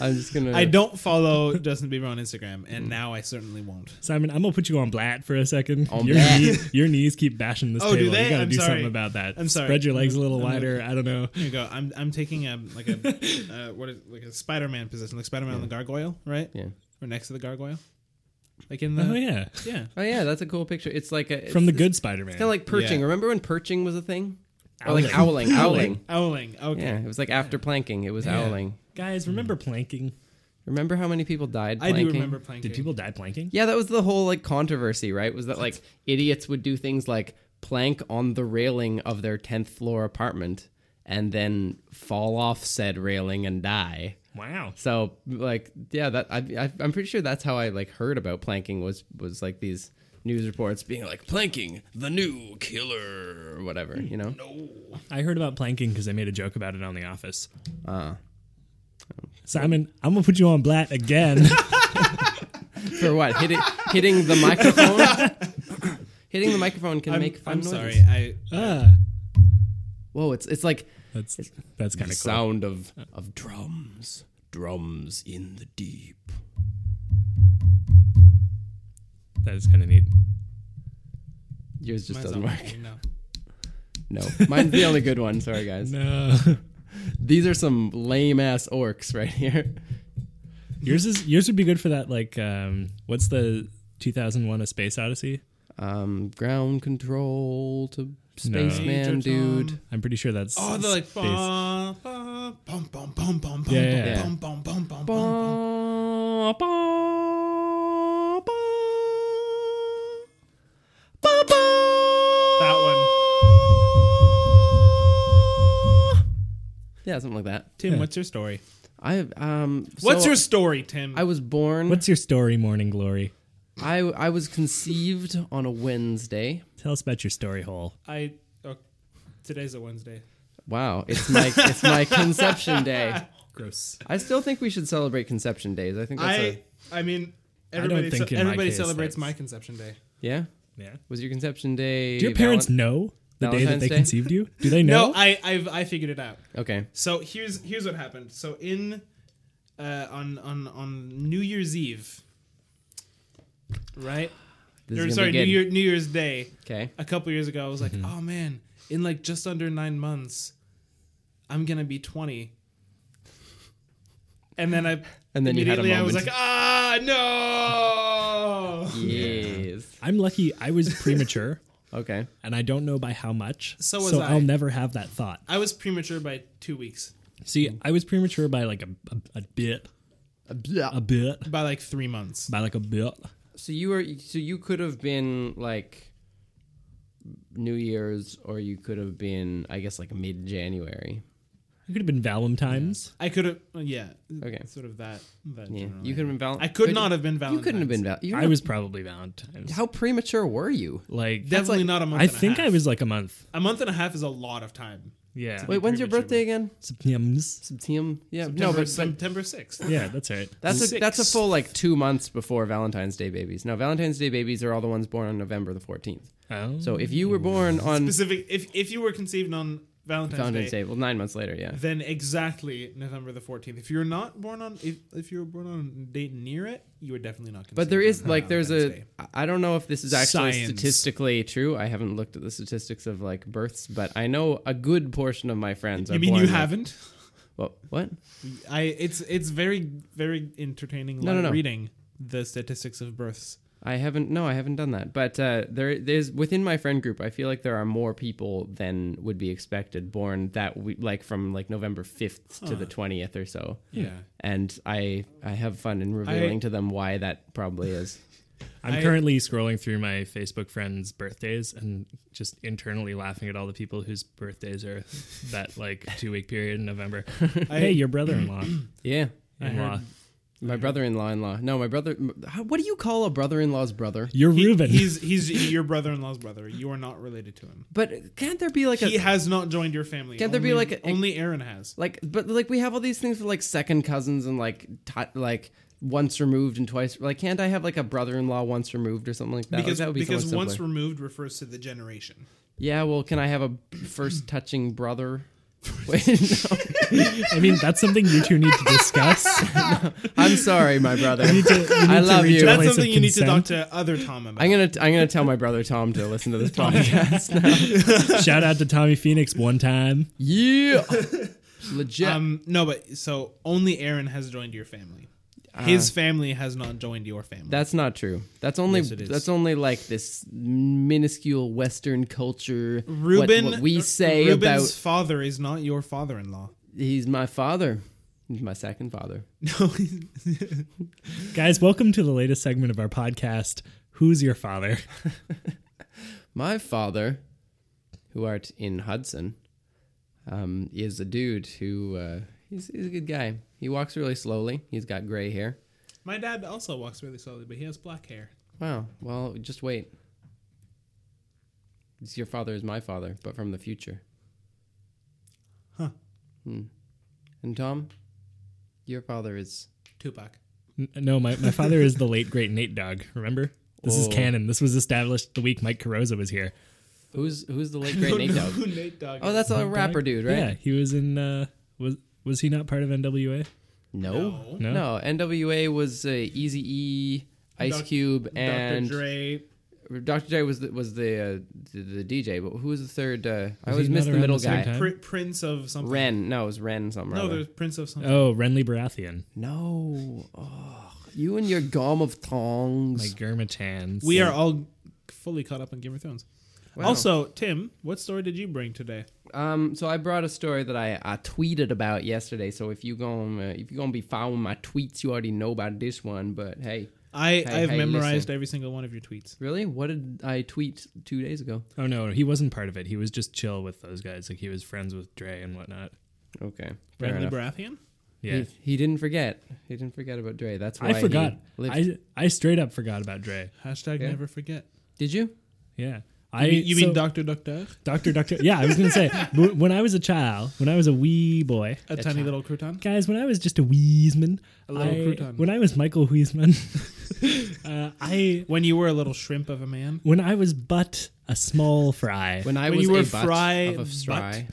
A: I'm just gonna.
B: I don't follow Justin Bieber on Instagram,
A: Mm.
B: and now I certainly won't.
C: [laughs] Simon, I'm gonna put you on blat for a second.
A: On
C: your,
A: blat.
C: knee- your knees keep bashing this
B: Oh, do
C: table.
B: they?
C: You gotta
B: I'm
C: do
B: sorry.
C: something about that.
B: I'm sorry.
C: Spread your legs a little
B: I'm- Uh, I'm-
C: wider. I don't know.
B: Here you go. I'm I'm taking a like a uh, what is, like a Spider-Man position, like Spider-Man on the gargoyle, right?
A: Yeah.
B: Or next to the gargoyle, like in the
C: Oh yeah,
B: yeah.
A: Oh yeah, that's a cool picture. It's like a it's,
C: from the good Spider-Man.
A: kind of like perching.
B: Yeah.
A: Remember when perching was a thing? Or like owling, owling.
B: Owling. Okay.
A: Yeah, it was like after planking. It was
B: Yeah.
A: owling.
C: guys, remember planking?
A: Remember how many people died?
B: I
A: Planking?
B: do remember planking.
C: Did people die planking?
A: Yeah, that was the whole like controversy, right? Was that like idiots would do things like plank on the railing of their tenth floor apartment and then fall off said railing and die.
C: Wow.
A: So like yeah, that I, I I'm pretty sure that's how I like heard about planking was was like these news reports being like planking the new killer or whatever, you know.
C: I heard about planking because I made a joke about it on The Office.
A: Uh,
C: Simon, I'm gonna put you on blat again.
A: for what? Hitting hitting the microphone.
B: [laughs]
A: hitting the microphone can
B: I'm,
A: make fun
B: I'm
A: noises.
B: sorry. I
C: Ah,
A: Whoa, it's it's like
C: that's that's kind
A: the
C: of cool.
A: sound of of drums, drums in the deep.
C: That is kind of neat.
A: Yours just
B: mine's
A: doesn't
B: not
A: work.
B: working, No.
A: No, mine's the only good one. Sorry, guys.
C: [laughs] No,
A: These are some lame ass orcs right here.
C: yours is yours would be good for that. Like, um, what's the 2001: A Space Odyssey?
A: Um, ground control to
C: No.
A: spaceman
B: Major Tom.
A: dude.
C: I'm pretty sure that's
B: Oh, they're like
C: space.
B: bah, bah, bum bum bum bum bum
C: Yeah, yeah,
A: yeah.
B: bum bum bum bum
A: Ba,
B: bum.
A: ba, ba, ba, ba.
B: That one.
A: Yeah, something like that.
B: Tim,
C: Yeah.
B: what's your story?
A: I um. so
B: What's your story, Tim?
A: I was born.
C: [laughs] What's your story, Morning Glory?
A: I I was conceived on a Wednesday.
C: Tell us about your story hole.
B: I oh, today's a Wednesday.
A: Wow, it's my it's my conception day.
C: Gross.
A: I still think we should celebrate conception days. I think that's
B: I
A: a
B: I mean
C: don't
B: everybody
C: think
B: ce-
C: in my
B: everybody
C: case
B: celebrates
C: that's-
B: my conception day.
A: yeah.
C: Yeah.
A: Was your conception day?
C: Do your parents
A: valen-
C: know the day that
A: Valentine's
C: they
A: Day?
C: conceived you? Do they
B: [laughs]
C: know?
B: No, I I've I figured it out.
A: okay.
B: So here's here's what happened. So in uh, on on on New Year's Eve, right?
A: This
B: Or,
A: is gonna
B: sorry,
A: be
B: New
A: good. Mm-hmm.
B: Year New Year's Day.
A: Okay.
B: A couple years ago, I was like, oh man, in like just under nine months, I'm gonna be twenty. And then I
A: [laughs] And then you had a
B: immediately I was like,
A: moment.
B: ah no.
A: Yes.
C: I'm lucky. I was premature, [laughs]
A: Okay.
C: and I don't know by how much.
B: So was I.
C: will never have that thought.
B: I was premature by two weeks,
C: See, I was premature by like a, a, a bit, a bit,
B: by like three months.
C: by like a bit.
A: So you were so you could have been like New Year's or you could have been I guess like mid January.
C: It could have been Valentine's.
B: I could have, yeah,
A: Okay.
B: sort of that. that
A: Yeah.
B: general
A: You could have been val-
B: Oh, I could not have been
A: You couldn't have been val- you
C: I was probably Valentine's.
A: How premature were you?
C: Like,
B: Definitely not a month.
C: I
B: and
C: think
B: a half.
C: I was like a month.
B: A month and a half is a lot of time.
C: Yeah.
A: Wait, when's your
B: premature.
A: birthday again?
C: September's.
A: September. Yeah.
B: September,
A: no, but, but
B: September sixth.
C: Yeah, that's right.
A: That's a,
B: Six.
A: that's a full like two months before Valentine's Day babies. Now Valentine's Day babies are all the ones born on November the fourteenth.
C: Oh.
A: So if you were born on
B: Specific. If if you were conceived on Valentine's,
A: Valentine's
B: Day,
A: Day, well nine months later, yeah.
B: then exactly November the fourteenth. If you're not born on, if, if you were born on a date near it, you were definitely not. Conceived
A: But there is
B: on
A: like there's
B: Valentine's
A: a
B: Day.
A: I- I don't know if this is actually
B: Science.
A: statistically true. I haven't looked at the statistics of like births, but I know a good portion of my friends are
B: You mean
A: born
B: you
A: like-
B: haven't?
A: Well, what?
B: I it's it's very very entertaining
A: No, no, no.
B: light reading the statistics of births.
A: I haven't. No, I haven't done that. But uh, there, there's within my friend group. I feel like there are more people than would be expected born that we like from like November fifth to the twentieth or so.
B: Yeah.
A: And I, I have fun in revealing
B: I-
A: to them why that probably
B: [laughs]
A: is.
C: I'm
B: I-
C: currently scrolling through my Facebook friends' birthdays and just internally laughing at all the people whose birthdays are
B: [laughs]
C: that like two week period in November. hey, your brother in law.
A: Yeah.
B: [clears throat] I
C: In law.
B: heard-
A: My brother-in-law-in-law. No, my brother. m- how- What do you call a brother-in-law's brother?
C: You're
B: He-
C: Reuben.
B: He's he's your brother-in-law's brother. You are not related to him.
A: But can't there be like
B: He
A: a
B: has not joined your family.
A: Can't there be
B: Only-
A: like Oh, a-
B: only Aaron has?
A: like? But like we have all these things for like second cousins and like ti like once removed and twice. Like, can't I have like a brother-in-law once removed or something like that? Like,
B: Because
A: that would be so
B: because
A: much
B: once
A: simpler.
B: removed refers to the generation.
A: yeah. Well, can I have a
B: [laughs]
A: first touching brother? Wait, [laughs] no.
C: I mean, that's something you two need
B: [laughs]
C: to discuss. [laughs]
A: I'm sorry, my brother.
C: to- you
A: I
C: need to
A: love
C: reach
A: you.
C: out.
B: That's
C: place of
B: something you need to talk
C: consent.
B: to other Tom about.
A: I'm gonna I'm gonna tell my brother Tom to listen to
B: [laughs]
A: this
C: [laughs]
A: podcast.
C: Shout out to Tommy Phoenix one time.
B: [laughs]
A: yeah, legit.
B: um, no, but so only Aaron has joined your family. His family has not joined your family.
A: Uh, That's not true. That's only
B: Yes, it is.
A: that's only like this minuscule Western culture. what-
B: Reuben,
A: what, we say
B: Reuben's
A: about
B: uh, father is not your father-in-law.
A: he's my father, he's my second father.
B: No,
C: Guys, welcome to the latest segment of our podcast. Who's your father?
A: My father, who art in Hudson, um, is a dude who uh, he's, he's a good guy. He walks really slowly. He's got gray hair.
B: my dad also walks really slowly, but he has black hair.
A: Wow. Well, just wait. It's your father is my father, but from the future.
B: Huh.
A: Hmm. And Tom, your father is.
B: Tupac.
C: N- No, my, my father is the late great Nate Dogg. Remember? This is
A: Oh.
C: canon. This was established the week Mike Carosa was here.
A: Who's who's the [laughs] late great
B: Don't
A: Nate
B: know [laughs]
A: Dogg?
B: who Nate Dogg
A: Oh,
B: is.
A: that's a rapper dude, right?
C: Yeah, he was in. Uh, was was he not part of NWA?
A: No.
C: No.
A: No. NWA was uh, Easy E, Ice
B: Doc-
A: Cube, and
B: Dr. Dre.
A: Dr. Dre was the, was the, uh, the the DJ. But who was the third? Uh, I
C: Was
A: always
C: he
A: miss the
C: not around
A: middle
C: the same
A: guy.
C: time?
B: Pr- Prince of something.
A: Ren. No, it was Ren. Something.
B: No,
A: No.
B: there's Prince of something.
C: Oh, Renly Baratheon.
A: no. Oh, you and your gum of
C: My
A: tongs.
C: Germatans.
B: we are all fully caught up on Game of Thrones.
A: Wow.
B: Also, Tim, what story did you bring today?
A: Um, so I brought a story that I, I tweeted about yesterday. So if you going uh, if you're gonna be following my tweets, you already know about this one. But hey,
B: I I have
A: hey,
B: memorized
A: listen.
B: every single one of your tweets.
A: really, what did I tweet two days ago?
C: Oh no, he wasn't part of it. He was just chill with those guys. Like he was friends with Dre and whatnot.
A: Okay, fair
B: Renly
A: enough.
B: Baratheon.
C: Yeah.
A: He, he didn't forget. He didn't forget about Dre. That's why
C: I forgot.
A: he lived-
C: I I straight up forgot about Dre.
B: Hashtag
A: Yeah.
B: never forget.
A: Did you?
C: Yeah. I
B: You, mean- you mean
C: so-
B: Doctor Doctor?
C: Doctor Doctor? Yeah, I was gonna
B: [laughs]
C: say w- when I was a child, when I was a wee boy,
B: A tiny little crouton.
C: guys, when I was just a wheezman,
B: A little crouton.
C: when I was Michael Wheezman, [laughs] uh, I
B: When you were a little shrimp of a man.
C: when I was but a small fry,
A: When I
B: When
A: was
B: you were
A: a butt
B: fry
A: of a
B: butt?
A: fry.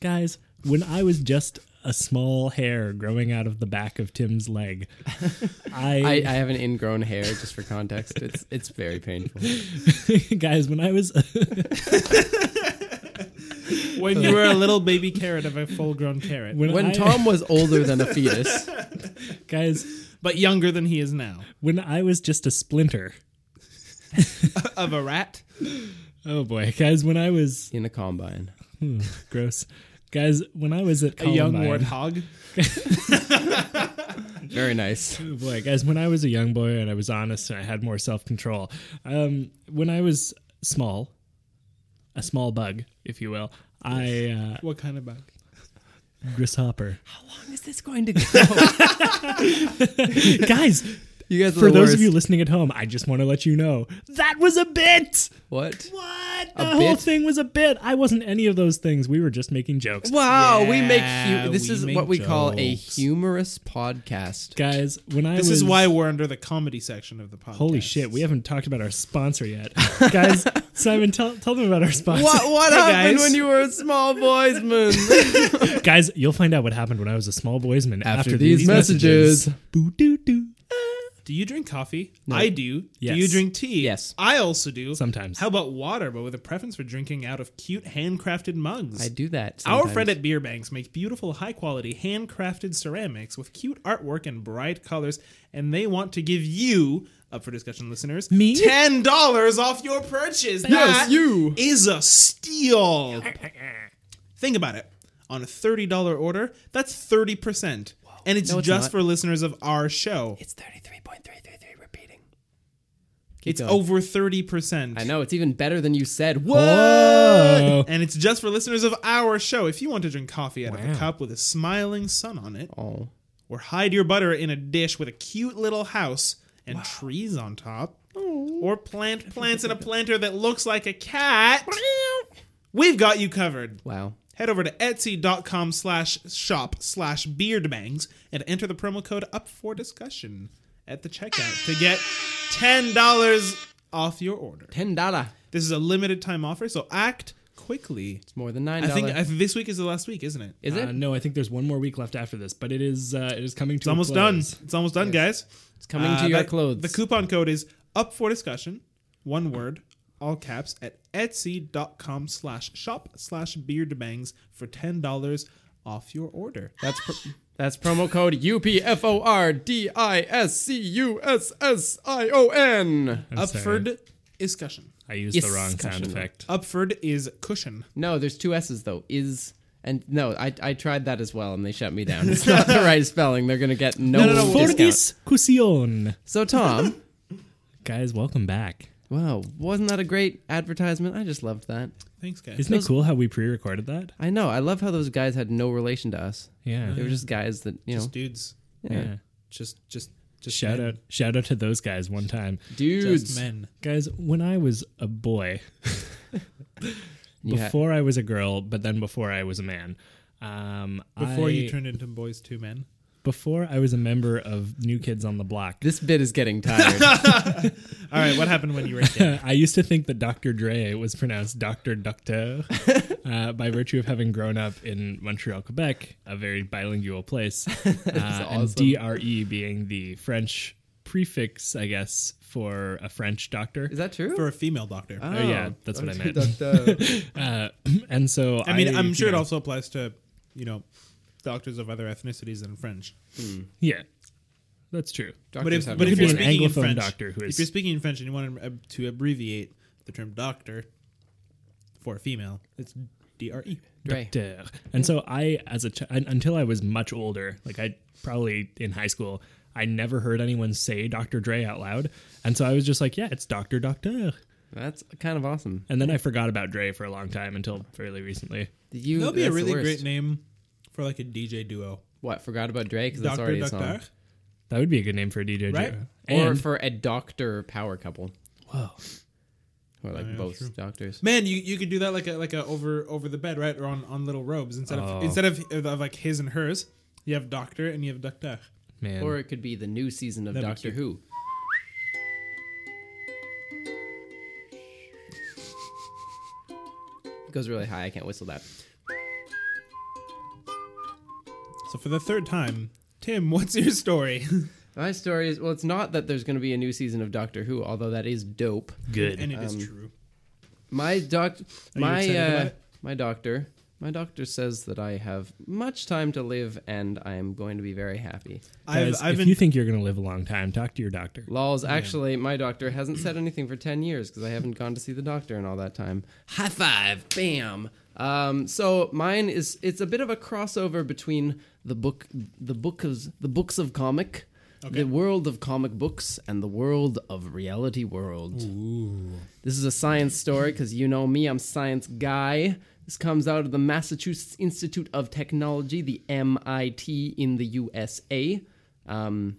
C: guys, when I was just a small hair growing out of the back of Tim's
B: [laughs]
C: leg,
A: I,
C: I,
A: I have an ingrown hair, just for context. It's it's very painful.
C: [laughs] guys, when I was
B: When you were a little baby carrot of a full-grown carrot,
C: when,
A: When
C: I-
A: Tom was older than a fetus,
C: [laughs] guys,
B: but younger than he is now.
C: when I was just a splinter.
B: Of a rat.
C: Oh boy, guys, when I was
A: in the combine.
C: gross. Guys, when I was at
B: A young
C: Columbine-
B: warthog.
A: Very nice.
C: Oh boy, guys, when I was a young boy and I was honest and I had more self control, um, when I was small, a small bug, if you will, I
B: What kind of bug?
C: uh, grasshopper.
A: How long is this going to go?
C: [laughs] guys,
A: [laughs] you guys are
C: for
A: [laughs] the
C: those
A: worst.
C: of you listening at home, I just want to let you know that was a bit.
A: what?
C: What?
A: A
C: The whole
A: bit?
C: thing was a bit. I wasn't any of those things. We were just making jokes.
A: Wow, we make
B: Yeah,
A: hu- this
B: we
A: is
B: make
A: what we call a
C: jokes.
A: humorous podcast.
C: Guys, when I
B: This
C: was
B: is why we're under the comedy section of the podcast.
C: Holy shit, we haven't talked about our
A: [laughs]
C: sponsor yet. guys, Simon, tell, tell them about our sponsor.
A: What what
B: Hey,
A: happened
B: guys.
A: when you were a small boys, man?
C: Guys, you'll find out what happened when I was a small boysman after,
A: After these messages.
C: Boo doo doo.
B: Do you drink coffee? I do.
C: Yes.
B: Do you drink tea?
A: Yes.
B: I also do.
C: Sometimes.
B: How about water, but with a preference for drinking out of cute handcrafted mugs?
A: [laughs] I do that.
B: Our
A: sometimes.
B: friend at Beer Banks makes beautiful, high quality, handcrafted ceramics with cute artwork and bright colors, and they want to give you, up for discussion listeners,
C: Me?
B: $10 off your purchase. Yes,
A: you.
B: Is a steal.
A: [laughs]
B: Think about it. On a $30 order, that's 30%. And it's
A: No, it's
B: just
A: not.
B: for listeners of our show.
A: It's thirty three point three three three repeating.
B: It's
A: going.
B: over 30%.
A: I know it's even better than you said. What?
C: Oh.
B: And it's just for listeners of our show. If you want to drink coffee out of
C: Wow.
B: a cup with a smiling sun on it,
A: Oh.
B: or hide your butter in a dish with a cute little house and trees on top. Or plant plants in a planter that looks like a cat. We've got you covered.
A: Wow.
B: Head over to etsy.com slash shop slash beardbangs and enter the promo code up for discussion at the checkout to get $10 off your order.
A: Ten dollar.
B: This is a limited time offer, so act quickly.
A: It's more than nine
B: I think
A: dollar.
B: I, this week is the last week, isn't it?
A: Is it?
C: Uh, no, I think there's one more week left after this, but it is uh, it is coming to
B: It's almost done. It's almost done, guys.
A: it's coming
B: Uh,
A: to your
B: that-
A: clothes.
B: The coupon code is up for discussion, one word, all caps, at etsy.com slash shop slash beardbangs for $10 off your order.
A: That's pr- that's promo code U P F O R D I S C U S S I O N.
C: I'm
B: Up
C: sorry.
B: for Uh, discussion.
C: I used the wrong sound
A: Discussion.
C: effect.
B: Upford is cushion.
A: No, there's two S's though. Is and no, I I tried that as well, and they shut me [laughs] down. It's not the right spelling. They're gonna get no,
B: no, no,
A: discount.
C: discussion,
A: So Tom,
C: guys, welcome back.
A: wow, wasn't that a great advertisement? I just loved that.
B: Thanks, guys.
C: Isn't it cool how we pre-recorded that?
A: I know. I love how those guys had no relation to us.
C: Yeah,
A: They were just guys that you know,
B: just dudes.
C: yeah.
B: Just, just, just
C: Shout
B: men.
C: out, shout out to those guys one time,
A: dudes.
B: Just men.
C: guys. When I was a boy,
A: You had-
C: before I was a girl, but then before I was a man. Um,
B: Before
C: I-
B: you turned into boys to men.
C: before I was a member of New Kids on the Block.
A: this bit is getting [laughs] tired.
B: All right, what happened when you were a kid?
C: I used to think that Dr. Dre was pronounced Dr. Doctor uh, by virtue of having grown up in Montreal, Quebec, a very bilingual place. Uh, And DRE being the French prefix, I guess, for a French doctor.
A: is that true?
B: For a female doctor.
C: Oh, yeah, that's what I meant.
A: meant.
C: [laughs] Uh, and so
B: I mean, I, am
C: you
B: sure it
C: know,
B: also applies to, you know, doctors of other ethnicities than French.
C: Yeah, that's true.
B: But if, but
C: no
B: if
C: choice.
B: you're
C: Could be an
B: speaking in
C: Anglophone
B: French,
C: doctor who is-
B: if you're speaking in French and you want to, ab- to abbreviate the term doctor for a female, it's E. DRE.
A: Dre.
C: Duh. And so I, as a ch- un- until I was much older, like I probably in high school, I never heard anyone say Dr. Dre out loud, and so I was just like, yeah, it's Dr. Doctor.
A: That's kind of awesome.
C: And then I forgot about Dre for a long time until fairly recently.
A: Did You,
B: That'll be a
A: that's the
B: really
A: worst.
B: great name for like a DJ duo.
A: What? Forgot about Dre because that's
B: Doctor
A: already a song.
B: Doctor.
C: That would be a good name for a DJ,
B: Right?
C: duo.
A: Or
C: And-
A: for a doctor power couple,
C: whoa,
A: or like
B: yeah,
A: both
B: true.
A: doctors.
B: Man, you, you could do that like a like a over over the bed, right? Or on, on little robes instead
C: Oh.
B: of instead of, of, like his and hers, you have doctor and you have doctor.
C: man,
A: Or it could be the new season of
B: That'd be
A: Doctor
B: cute.
A: Who. It goes really high. I can't whistle that.
B: So for the third time, Tim, [laughs] what's your story?
A: My story is well, it's not that there's going to be a new season of Doctor Who, although that is dope.
C: good.
B: and it is
A: Um,
B: true.
A: My doc,
B: you
A: my
B: excited about
A: uh,
B: it?
A: my doctor, my doctor says that I have much time to live and I am going to be very happy.
B: I've,
C: Guys,
B: I've
C: if
B: been
C: you think you're going to live a long time, talk to your doctor.
A: Lols, actually, my doctor hasn't said anything for 10 years because I haven't gone to see the doctor in all that time. High five! Bam! Um, so mine is it's a bit of a crossover between the book the book of the books of comic, the world of comic books, and the world of reality world. This is a science story because you know me, I'm science guy. This comes out of the Massachusetts Institute of Technology, the MIT in the USA, um,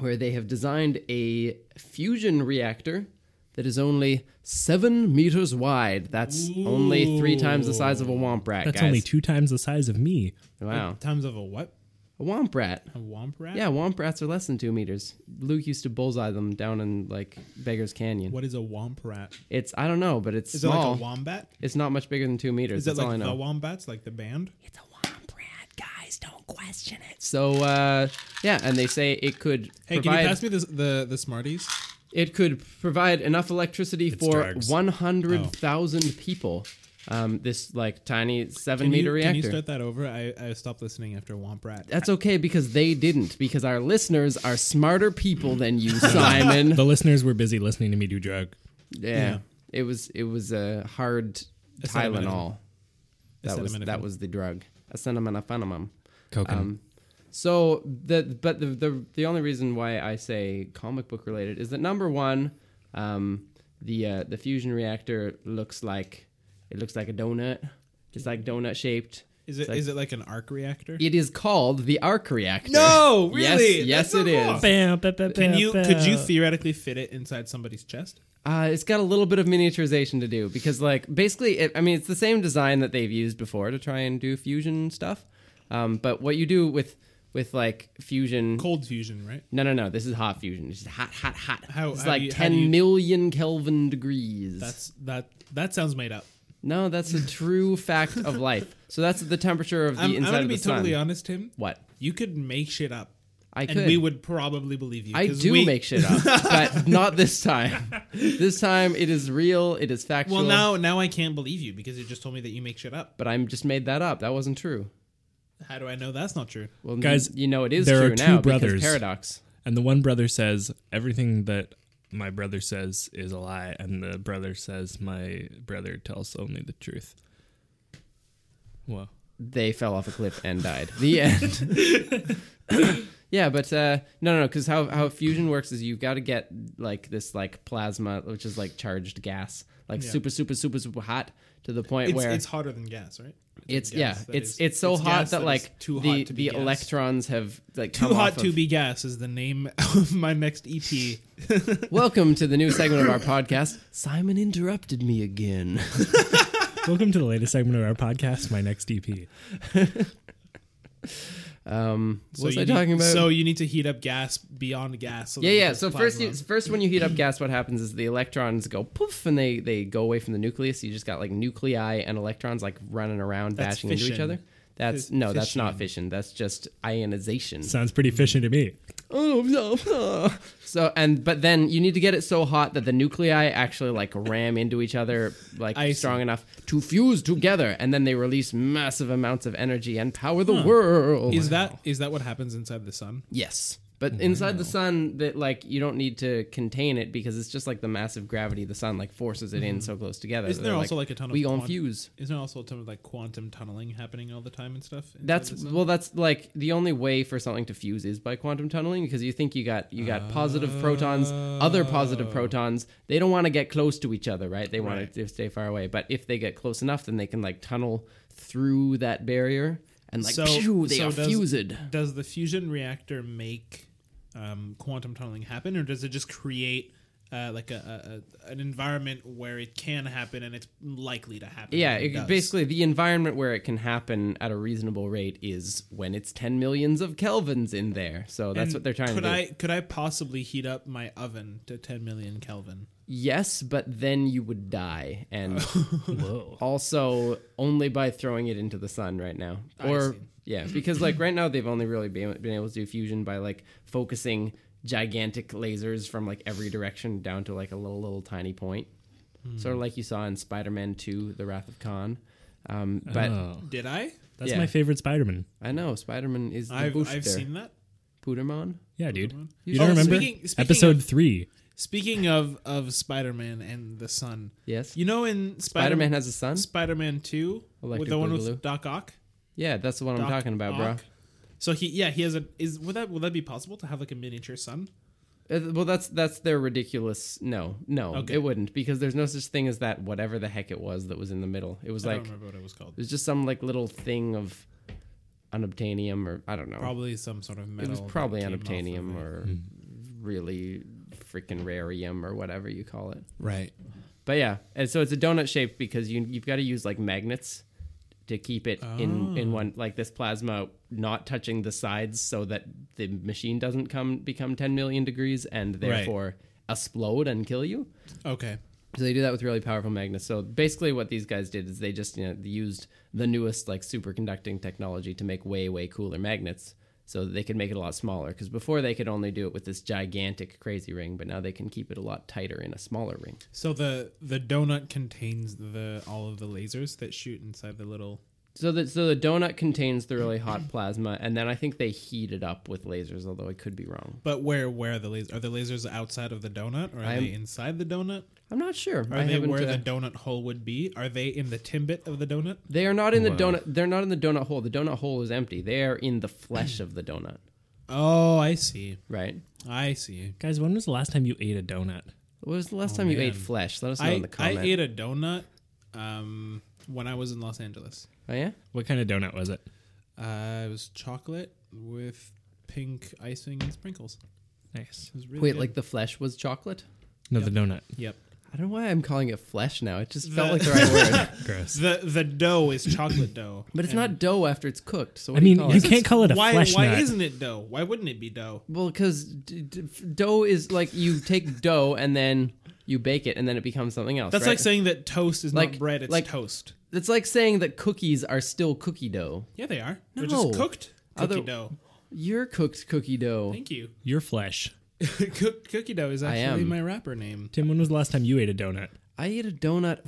A: where they have designed a fusion reactor that is only seven meters wide. That's only three times the size of a womp rat,
C: That's
A: guys.
C: only two times the size of me.
A: wow,
B: times of a what?
A: a womp rat.
B: A womp rat?
A: Yeah, womp rats are less than two meters. Luke used to bullseye them down in like Beggar's Canyon.
B: What is a womp rat?
A: It's I don't know, but it's
B: Is it
A: small.
B: like a wombat?
A: It's not much bigger than two meters.
B: Is it
A: That's all I
B: like
A: know.
B: the wombats, like the band?
A: It's a womp rat, guys. Don't question it. So, uh, yeah, and they say it could
B: Hey,
A: provide
B: can you pass me this, the the Smarties?
A: it could provide enough electricity for
C: drugs.
A: one hundred thousand people. Um, this like tiny seven
B: Oh. Can you,
A: meter
B: can
A: reactor.
B: you start that over? I, I stopped listening after womp rat.
A: That's okay because they didn't. Because our listeners are smarter people than
B: [laughs]
A: you, Simon.
C: The listeners were busy listening to me do drug.
A: yeah. it was it was a hard Tylenol.
B: Acetaminophen.
A: That was that
B: Acetaminophen.
A: was the drug. Acetaminophenum.
C: Coconut.
A: Um, so the but the, the the only reason why I say comic book related is that number one, um, the uh, the fusion reactor looks like it looks like a donut. It's like donut shaped.
B: Is it is
A: like-
B: it like an arc reactor?
A: It is called the arc reactor.
B: No, really?
A: Yes, yes,
B: That's so
A: it is.
B: cool.
C: Bam, ba, ba,
B: Can
C: ba,
B: you
C: ba.
B: could you theoretically fit it inside somebody's chest?
A: Uh, it's got a little bit of miniaturization to do because, like, basically, it, I mean, it's the same design that they've used before to try and do fusion stuff. Um, but what you do with with like fusion,
B: Cold fusion, right?
A: no, no, no, this is hot fusion. It's just hot, hot, hot.
B: How-
A: it's
B: how do
A: like
B: you- how do you-
A: ten million Kelvin degrees.
B: That's that that sounds made up.
A: no, that's a
B: [laughs]
A: true fact of life. So that's the temperature of the
B: I'm, I'm
A: inside
B: gonna
A: of the
B: be
A: sun.
B: totally honest, Tim.
A: What?
B: You could make shit up.
A: I
B: and
A: could.
B: we would probably believe you.
A: I
B: 'cause
A: do
B: we-
A: make shit up,
B: [laughs]
A: but not this time. This time it is real. It is factual.
B: Well, now now I can't believe you because you just told me that you make shit up.
A: but I'm just made that up. That wasn't true.
B: How do I know that's not true?
A: Well,
C: Guys,
A: n- you know it is
C: there
A: true
C: are two
A: now
C: brothers.
A: because paradox.
C: And the one brother says, Everything that my brother says is a lie. And the brother says, My brother tells only the truth. Whoa.
A: They fell off a cliff and died. The end.
C: [laughs]
A: yeah, but uh, no, no, no. Because how how fusion works is you've got to get like this like plasma, which is like charged gas, like
B: Yeah.
A: super, super, super, super hot to the point
B: It's,
A: where
B: it's hotter than gas, right?
A: it's
B: gas
A: yeah,
B: that
A: it's
B: is-
A: it's so
B: it's
A: hot
B: gas
A: that,
B: that is
A: like
B: too
A: the
B: hot to be
A: the
B: gas.
A: electrons have like
B: Too
A: come
B: hot
A: off
B: to
A: of-
B: be gas is the name [laughs] of my next E EP.
A: Welcome to the new segment of our podcast. Simon interrupted me again.
C: Welcome to the latest segment of our podcast, My Next E EP.
A: Um, what was
B: you
A: I
B: need-
A: talking about?
B: So you need to heat up gas beyond gas. So that
A: yeah,
B: it
A: yeah.
B: goes
A: So
B: plasma.
A: first, you, first when you heat up gas, what happens is the electrons go poof, and they they go away from the nucleus. You just got like nuclei and electrons like running around,
B: That's
A: bashing into each
B: fission.
A: other. That's
B: Fis-
A: no, that's not fission. That's just ionization.
C: Sounds pretty fishy to me.
A: oh no, oh. so and but then you need to get it so hot that the nuclei actually like ram into each other like
B: I see.
A: strong enough to fuse together and then they release massive amounts of energy and power the world
B: is that is that what happens inside the sun?
A: yes but
B: Mm-hmm.
A: inside the sun that like you don't need to contain it because it's just like the massive gravity of the sun like forces it in so close together
B: Mm-hmm. Isn't
A: that
B: there
A: they're
B: also, like, a ton of
A: we gonna
B: quant-
A: fuse
B: Isn't there also a ton of like quantum tunneling happening all the time and stuff? inside
A: That's
B: the sun?
A: well. That's like the only way for something to fuse is by quantum tunneling because you think you got you got positive protons, other positive protons. They don't want to get close to each other, right? They want
B: Oh. Right.
A: to stay far away. But if they get close enough, then they can like tunnel through that barrier and like
B: So-
A: pew, they
B: so
A: are
B: does-
A: fused.
B: Does the fusion reactor make um, quantum tunneling happen, or does it just create uh, like a, a, a an environment where it can happen and it's likely to happen?
A: Yeah,
B: when
A: it,
B: does?
A: basically the environment where it can happen at a reasonable rate is when it's ten millions of kelvins in there. So that's
B: And
A: what they're trying
B: could
A: to do.
B: I could I possibly heat up my oven to 10 million Kelvin?
A: Yes, but then you would die
B: [laughs]
A: and.
C: Whoa.
A: also only by throwing it into the sun right now
B: I
A: or
B: see.
A: yeah because like right now they've only really been, been able to do fusion by like focusing gigantic lasers from like every direction down to like a little little tiny point sort
B: Hmm.
A: of like you saw in spider-man 2 the wrath of khan um, but
C: Oh.
B: Did I?
C: That's
A: Yeah.
C: my favorite Spider Man.
A: i know spider-man is the
B: I've
A: booster
B: I've seen that.
A: Pudermon?
C: Yeah, dude. You
A: Oh,
C: don't remember?
B: speaking- speaking
C: Episode
B: of-
C: three.
B: Speaking of of Spider-Man and the sun,
A: yes
B: you know in Spider-
A: spider-man has a son
B: Spider-Man Two, with
A: Electric
B: the one
A: Boogaloo.
B: with Doc Ock.
A: yeah that's the one i'm
B: Doc
A: talking about bro
B: Ock. So he, yeah, he has a. Is would that would that be possible to have like a miniature sun?
A: Uh, Well, that's that's their ridiculous. No, no,
B: Okay.
A: it wouldn't because there's no such thing as that. Whatever the heck it was that was in the middle, it was
B: I
A: like
B: don't
A: it
B: remember what it was called.
A: was just some like little thing of unobtainium or I don't know.
B: Probably some sort of
A: it
B: metal.
A: was probably
B: that came off of
A: unobtainium
B: it.
A: or really freaking rarium or whatever you call it.
B: right.
A: But yeah, and so it's a donut shape because you you've got to use like magnets to keep it in in one like this plasma not touching the sides so that the machine doesn't come become 10 million degrees and therefore explode and kill you.
B: Okay.
A: So they do that with really powerful magnets. So basically, what these guys did is they just you know used the newest like superconducting technology to make way way cooler magnets, so that they could make it a lot smaller. Because before they could only do it with this gigantic crazy ring, but now they can keep it a lot tighter in a smaller ring.
B: So the the donut contains the all of the lasers that shoot inside the little.
A: So that so the donut contains the really hot plasma, and then I think they heat it up with lasers. Although I could be wrong.
B: But where where are the lasers? Are the lasers outside of the donut, or are
A: I'm-
B: they inside the donut?
A: I'm not sure.
B: Are
A: I
B: they
A: haven't,
B: where
A: uh,
B: the donut hole would be? Are they in the timbit of the donut?
A: they are not in the
C: Wow.
A: donut. They're not in the donut hole. The donut hole is empty. They are in the flesh of the donut.
B: Oh, I see.
A: Right.
B: I see.
C: Guys, when was the last time you ate a donut?
A: What was the last time you ate
B: Oh, man.
A: flesh? Let us know
B: I,
A: in the
B: I
A: comments.
B: ate a donut. Um, when I was in Los Angeles.
A: Oh yeah,
C: What kind of donut was it?
B: Uh, it was chocolate with pink icing and sprinkles.
C: Nice.
B: It was really
A: wait,
B: good.
A: like the flesh was chocolate.
C: No,
B: Yep.
C: the donut.
B: yep.
A: I don't know why I'm calling it flesh now. It just felt
B: The-
A: like the right word.
B: [laughs]
C: Gross.
B: The the dough is chocolate dough,
A: [clears throat] But it's
B: And
A: not dough after it's cooked. So what
C: I
A: do
C: mean,
A: you call
C: you
A: it?
C: can't call it a
B: why
C: flesh
B: why
C: nut.
B: isn't it dough? Why wouldn't it be dough?
A: Well, because d- d- f- dough is like you take dough and then you bake it and then it becomes something else.
B: That's
A: right?
B: like saying that toast is
A: Like-
B: not bread; it's
A: like-
B: toast.
A: it's like saying that cookies are still cookie dough.
B: Yeah, they are. They're
A: No.
B: just cooked cookie
A: Other- Oh.
B: dough.
A: You're cooked cookie dough.
B: Thank you. [laughs]
C: Your flesh.
B: Cook, cookie dough is actually
A: am.
B: my rapper name.
C: Tim, when was the last time you ate a donut?
A: I ate a donut.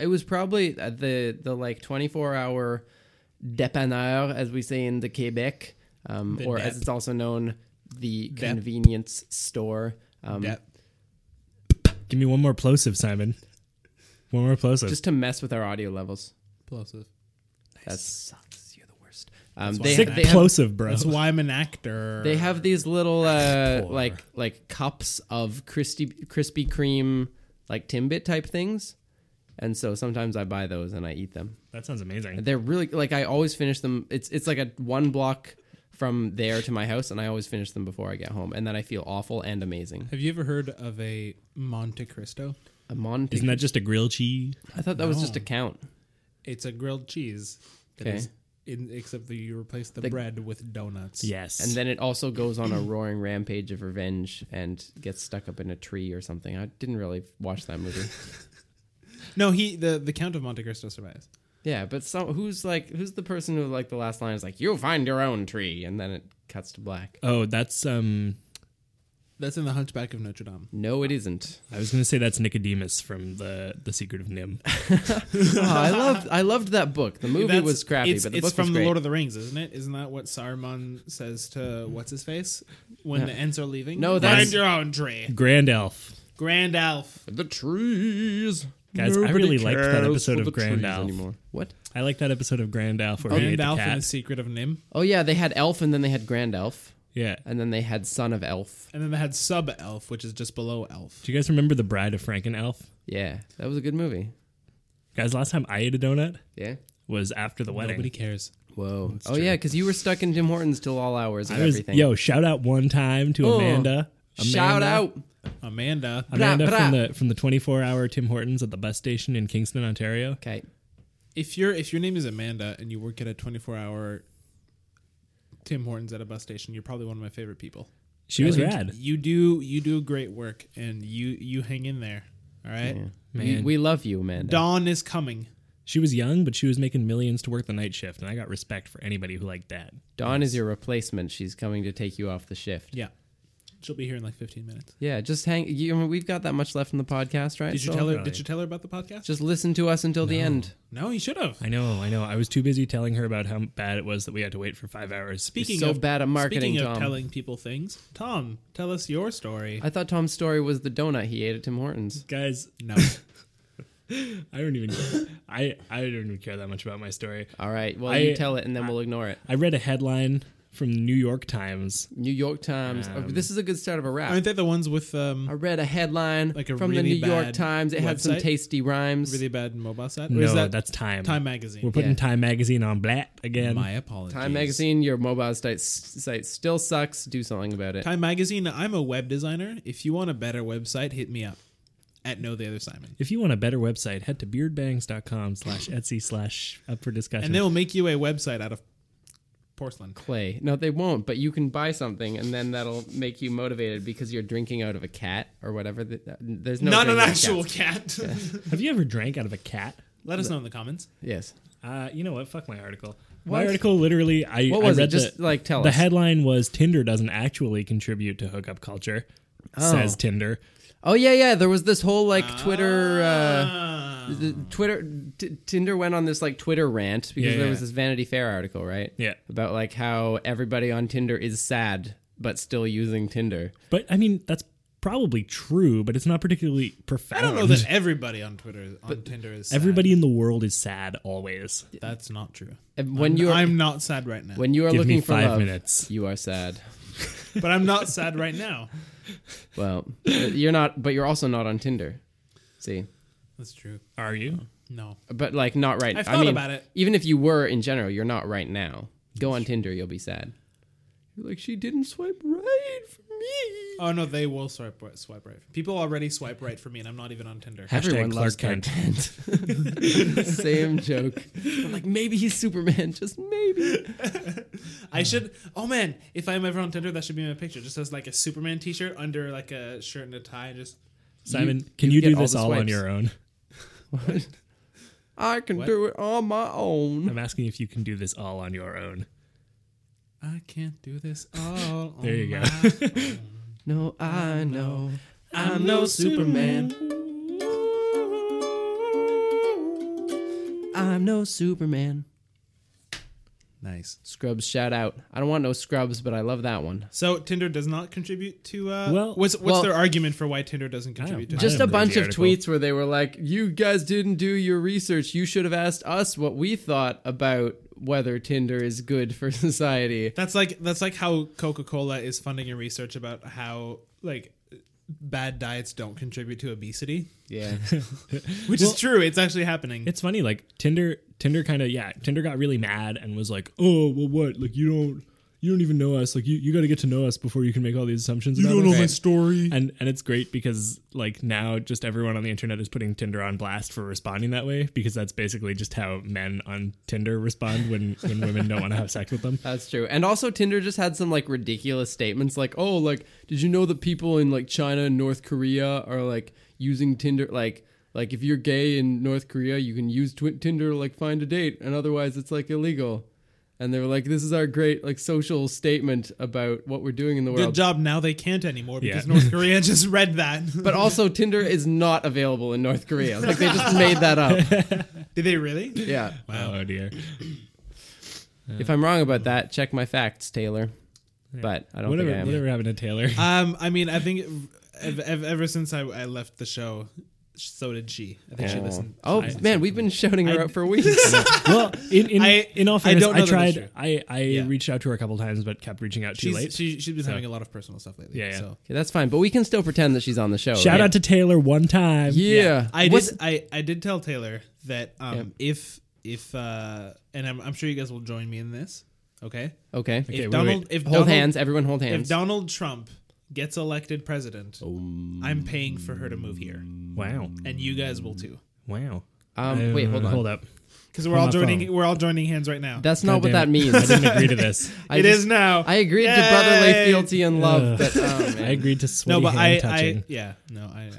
A: It was probably at the the like 24 hour dépanneur, as we say in the Quebec, um,
B: The
A: or as
B: dep.
A: it's also known, the
B: Dep.
A: convenience store. Um,
B: Yeah.
C: Give me one more plosive, Simon. One more plosive.
A: Just to mess with our audio levels.
B: Plosive.
A: That sucks. You're the worst. Um,
B: why
A: they,
C: Sick
A: they have
C: plosive, bro.
B: That's why I'm an actor.
A: they have these little uh,
C: Poor.
A: like like cups of crispy Krispy Kreme like Timbit type things, and so sometimes I buy those and I eat them.
C: That sounds amazing.
A: They're really like I always finish them. It's it's like a one block from there to my house, and I always finish them before I get home, and then I feel awful and amazing.
B: Have you ever heard of a Monte Cristo?
A: A Monte.
C: Isn't that just a grilled cheese?
A: I thought that was just a
B: No.
A: count.
B: It's a grilled cheese. that
A: Okay.
B: is In, except that you replace the,
A: The-
B: bread with donuts.
C: Yes.
A: And then it also goes on a roaring rampage of revenge and gets stuck up in a tree or something. I didn't really watch that movie.
B: No, he the, the Count of Monte Cristo survives.
A: Yeah, but so who's like who's the person who like the last line is like you find your own tree and then it cuts to black.
C: oh, that's um.
B: That's in the Hunchback of Notre Dame.
A: No, it
C: [laughs]
A: isn't.
C: I was gonna say that's Nicodemus from the the Secret of Nim.
A: Oh, I loved I loved that book. The movie
B: That's-
A: was crappy,
B: it's,
A: but the
B: it's
A: book
B: from
A: was
B: the
A: great.
B: Lord of the Rings, isn't it? Isn't that what Saruman says to what's his face when the Ents are leaving?
A: No,
B: find
A: that's-
B: your own tree,
C: Grand Elf.
B: Grand Alf.
A: the trees.
C: Guys, I really liked that episode of Grand Elf.
A: What?
C: I like that episode of Grand Elf where he
B: Grand
C: ate the
B: Alf
C: cat.
B: and the Secret of Nim,
A: Oh yeah, they had elf and then they had grand elf
C: yeah.
A: and then they had son of elf.
B: and then they had Sub Elf, which is just below Elf.
C: Do you guys remember the Bride of Franken Elf?
A: Yeah, that was a good movie.
C: Guys, last time I ate a donut
A: Yeah.
C: was after the wedding.
B: Nobody cares.
A: Whoa. oh yeah, because you were stuck in Tim Hortons till all hours of
C: I was
A: everything.
C: yo shout out one time to
A: Oh,
C: Amanda.
A: Shout
C: Amanda.
A: out.
B: Amanda,
C: Amanda
A: Brah,
C: from
A: brah.
C: the from the 24 hour Tim Hortons at the bus station in Kingston, Ontario.
A: Okay.
B: if your if your name is Amanda and you work at a 24 hour Tim Hortons at a bus station, you're probably one of my favorite people.
C: She was
A: Yeah.
C: rad.
B: You do you do great work, and you you hang in there. All right,
A: We,
C: Man.
A: we love you, Amanda.
B: dawn is coming.
C: She was young, but she was making millions to work the night shift, and I got respect for anybody who liked that.
A: Dawn is your replacement. She's coming to take you off the shift.
B: Yeah, she'll be here in like 15 minutes.
A: Yeah, just hang. You, I mean, we've got that much left in the podcast, right?
B: Did you
A: So
B: tell her?
C: Right.
B: Did you tell her about the podcast?
A: Just listen to us until the end.
B: no, you should have.
C: I know, I know. I was too busy telling her about how bad it was that we had to wait for five hours.
B: Speaking
A: so
B: of
A: bad at marketing,
B: speaking of
A: Tom.
B: telling people things, Tom, tell us your story.
A: I thought Tom's story was the donut he ate at Tim Hortons.
C: [laughs] guys,
B: no,
C: I don't even. I I don't even care that much about my story.
A: All right. Well,
C: I-
A: you tell it, and then we'll ignore it.
C: I read a headline from the New York Times.
A: New York Times. oh,
B: Um,
A: this is a good start of a wrap.
B: aren't they the ones with
A: I [laughs]
B: um
A: read a headline
B: Like a
A: from the
B: really
A: New York
B: bad
A: Times. It had some
B: website?
A: tasty rhymes.
B: really bad mobile set? Or
C: No,
B: is that
C: that's Time.
B: Time Magazine?
C: We're putting
A: Yeah.
C: Time magazine on black again.
B: My apologies.
A: Time Magazine, your mobile site, site still sucks. Do something about it.
B: Time Magazine. I'm a web designer. If you want a better website, hit me up at Know the Other Simon,
C: if you want a better website, head to beardbangs.com slash Etsy slash up for discussion.
B: and they'll make you a website out of porcelain.
A: Play. No, they won't. But you can buy something, and then that'll make you motivated because you're drinking out of a cat or whatever. The, uh, there's no
B: Not an
A: drinking out of
B: actual
A: cats.
B: cat.
A: [laughs]
C: Have you ever drank out of a cat?
B: [laughs] Let us know in the comments.
A: Yes.
C: Uh, you know what? Fuck my article.
A: What?
C: My article literally. I
A: What
C: I
A: was it?
C: read
A: Just
C: the,
A: like tell
C: the
A: us.
C: headline was Tinder doesn't actually contribute to hookup culture. Says Tinder.
A: Oh yeah, yeah. There was this whole like Twitter, uh,
B: Ah.
A: the Twitter, t- Tinder went on this like Twitter rant because
C: Yeah,
A: there
C: yeah.
A: was this Vanity Fair article, right?
C: Yeah.
A: About like how everybody on Tinder is sad but still using Tinder.
C: But I mean, that's probably true, but it's not particularly profound.
B: I don't know that everybody on Twitter on Tinder is sad.
C: [laughs] Everybody in the world is sad always.
B: That's not true.
A: And when you are
B: I'm not sad right now,
A: when you are
C: Give
A: looking
C: me
A: for
C: five
A: love,
C: minutes.
A: you are sad.
B: but
A: [laughs]
B: I'm not sad right now.
A: Well, you're not, but you're also not on Tinder. See,
B: That's true.
C: Are you?
B: No.
A: But like not right.
B: I've
A: I
B: thought
A: mean,
B: about it.
A: Even if you were in general, you're not right now. Go on Tinder, you'll be sad. You're like she didn't swipe right for me.
B: Oh no, they will swipe right, swipe right. People already swipe right for me, and I'm not even on Tinder.
A: Everyone
C: Hashtag
A: loves
C: Clark
A: Clark Kent. [laughs] Same joke. Like maybe he's Superman, just maybe.
B: I should. Oh man, if I'm ever on Tinder, that should be my picture. Just as like a Superman T-shirt under like a shirt and a tie. Just
C: Simon,
A: You-
C: can
A: you
C: you,
A: get
C: do
A: all
C: this
A: the
C: all on
A: swipes. [laughs]
C: your own?
A: I can
B: What?
A: do it on my own.
C: I'm asking if you can do this all on your own.
B: I can't do this [laughs] all.
C: There you go. [laughs]
A: No, I know.
B: I'm no Superman.
A: I'm no Superman.
B: nice.
A: Scrubs shout out. I don't want no scrubs, but I love that one.
B: So Tinder does not contribute to. Uh,
C: Well-
B: what's what's
A: well-
B: their argument for why Tinder doesn't contribute to?
C: I
A: just a
C: haven't read
A: bunch
C: the
A: of
C: article.
A: tweets where they were like, "You guys didn't do your research. You should have asked us what we thought about whether Tinder is good for [laughs] society."
B: That's like that's like how Coca Cola is funding a research about how like bad diets don't contribute to obesity,
A: Yeah,
B: which is true. It's actually happening.
C: It's funny, like Tinder. Tinder kind of yeah. Tinder got really mad and was like, "Oh, well, what? Like you don't, you don't even know us. Like you, you got to get to know us before you can make all these assumptions. about us."
B: story.
C: And and it's great because like now just everyone on the internet is putting Tinder on blast for responding that way because that's basically just how men on Tinder respond when when women don't want to have sex with them.
A: [laughs] that's true. And also, Tinder just had some like ridiculous statements, like, "Oh, like, did you know that people in like China and North Korea are like using Tinder? Like, like if you're gay in North Korea, you can use twi- Tinder to like find a date, and otherwise, it's like illegal." And they were like, "This is our great like social statement about what we're doing in the world."
B: Good job. Now they can't anymore because
C: Yeah. [laughs]
B: North Korea just read that. [laughs]
A: But also, Tinder is not available in North Korea. Like they just made that up.
B: Did they really?
A: Yeah.
C: Oh dear.
A: If I'm wrong about that, check my facts, Taylor. But I don't
C: Whatever
A: think I am.
C: whatever happened to Taylor?
B: Um, I mean, I think ev- ev- ever since I, I left the show, so did she. I think she listened.
A: Oh
B: she listened.
A: man, we've been shouting her
B: I-
A: out for weeks.
C: [laughs] well, in in,
B: I-
C: in all
B: I
C: fairness,
B: don't
C: I,
B: know that it's
C: tried.
B: true.
C: I I
B: Yeah.
C: reached out to her a couple times, but kept reaching out too
B: She's,
C: late.
B: She, she's been having a lot of personal stuff lately.
C: Yeah, yeah.
B: So.
A: okay, that's fine, but we can still pretend that she's on the show.
C: Shout
A: right?
C: out to Taylor one time.
A: yeah.
B: I did.
A: What's-
B: I, I did tell Taylor that um, if if uh, and I'm, I'm sure you guys will join me in this. Okay.
A: Okay.
C: Okay,
B: if
C: wait,
B: Donald,
C: wait.
B: if
A: hold
B: Donald,
A: hands, everyone. Hold
B: if
A: hands.
B: Donald Trump gets elected president,
C: Um,
B: I'm paying for her to move here,
C: Wow.
B: and you guys will too.
C: Wow.
A: Um, wait, hold on.
C: Uh, Hold up.
B: Because we're
C: On
B: all
C: my
B: joining.
C: phone.
B: We're all joining hands right now.
A: That's not
C: God
A: what that
C: damn it.
A: means.
C: [laughs] I didn't agree to this.
A: I
B: It
A: just-
B: is now.
A: I agreed to
B: Yay!
A: brotherly fealty and
C: Ugh.
A: love, but oh,
C: I
A: man.
C: agreed to sweaty
B: No, but
C: hand
B: I,
C: touching.
B: I, yeah, no, I,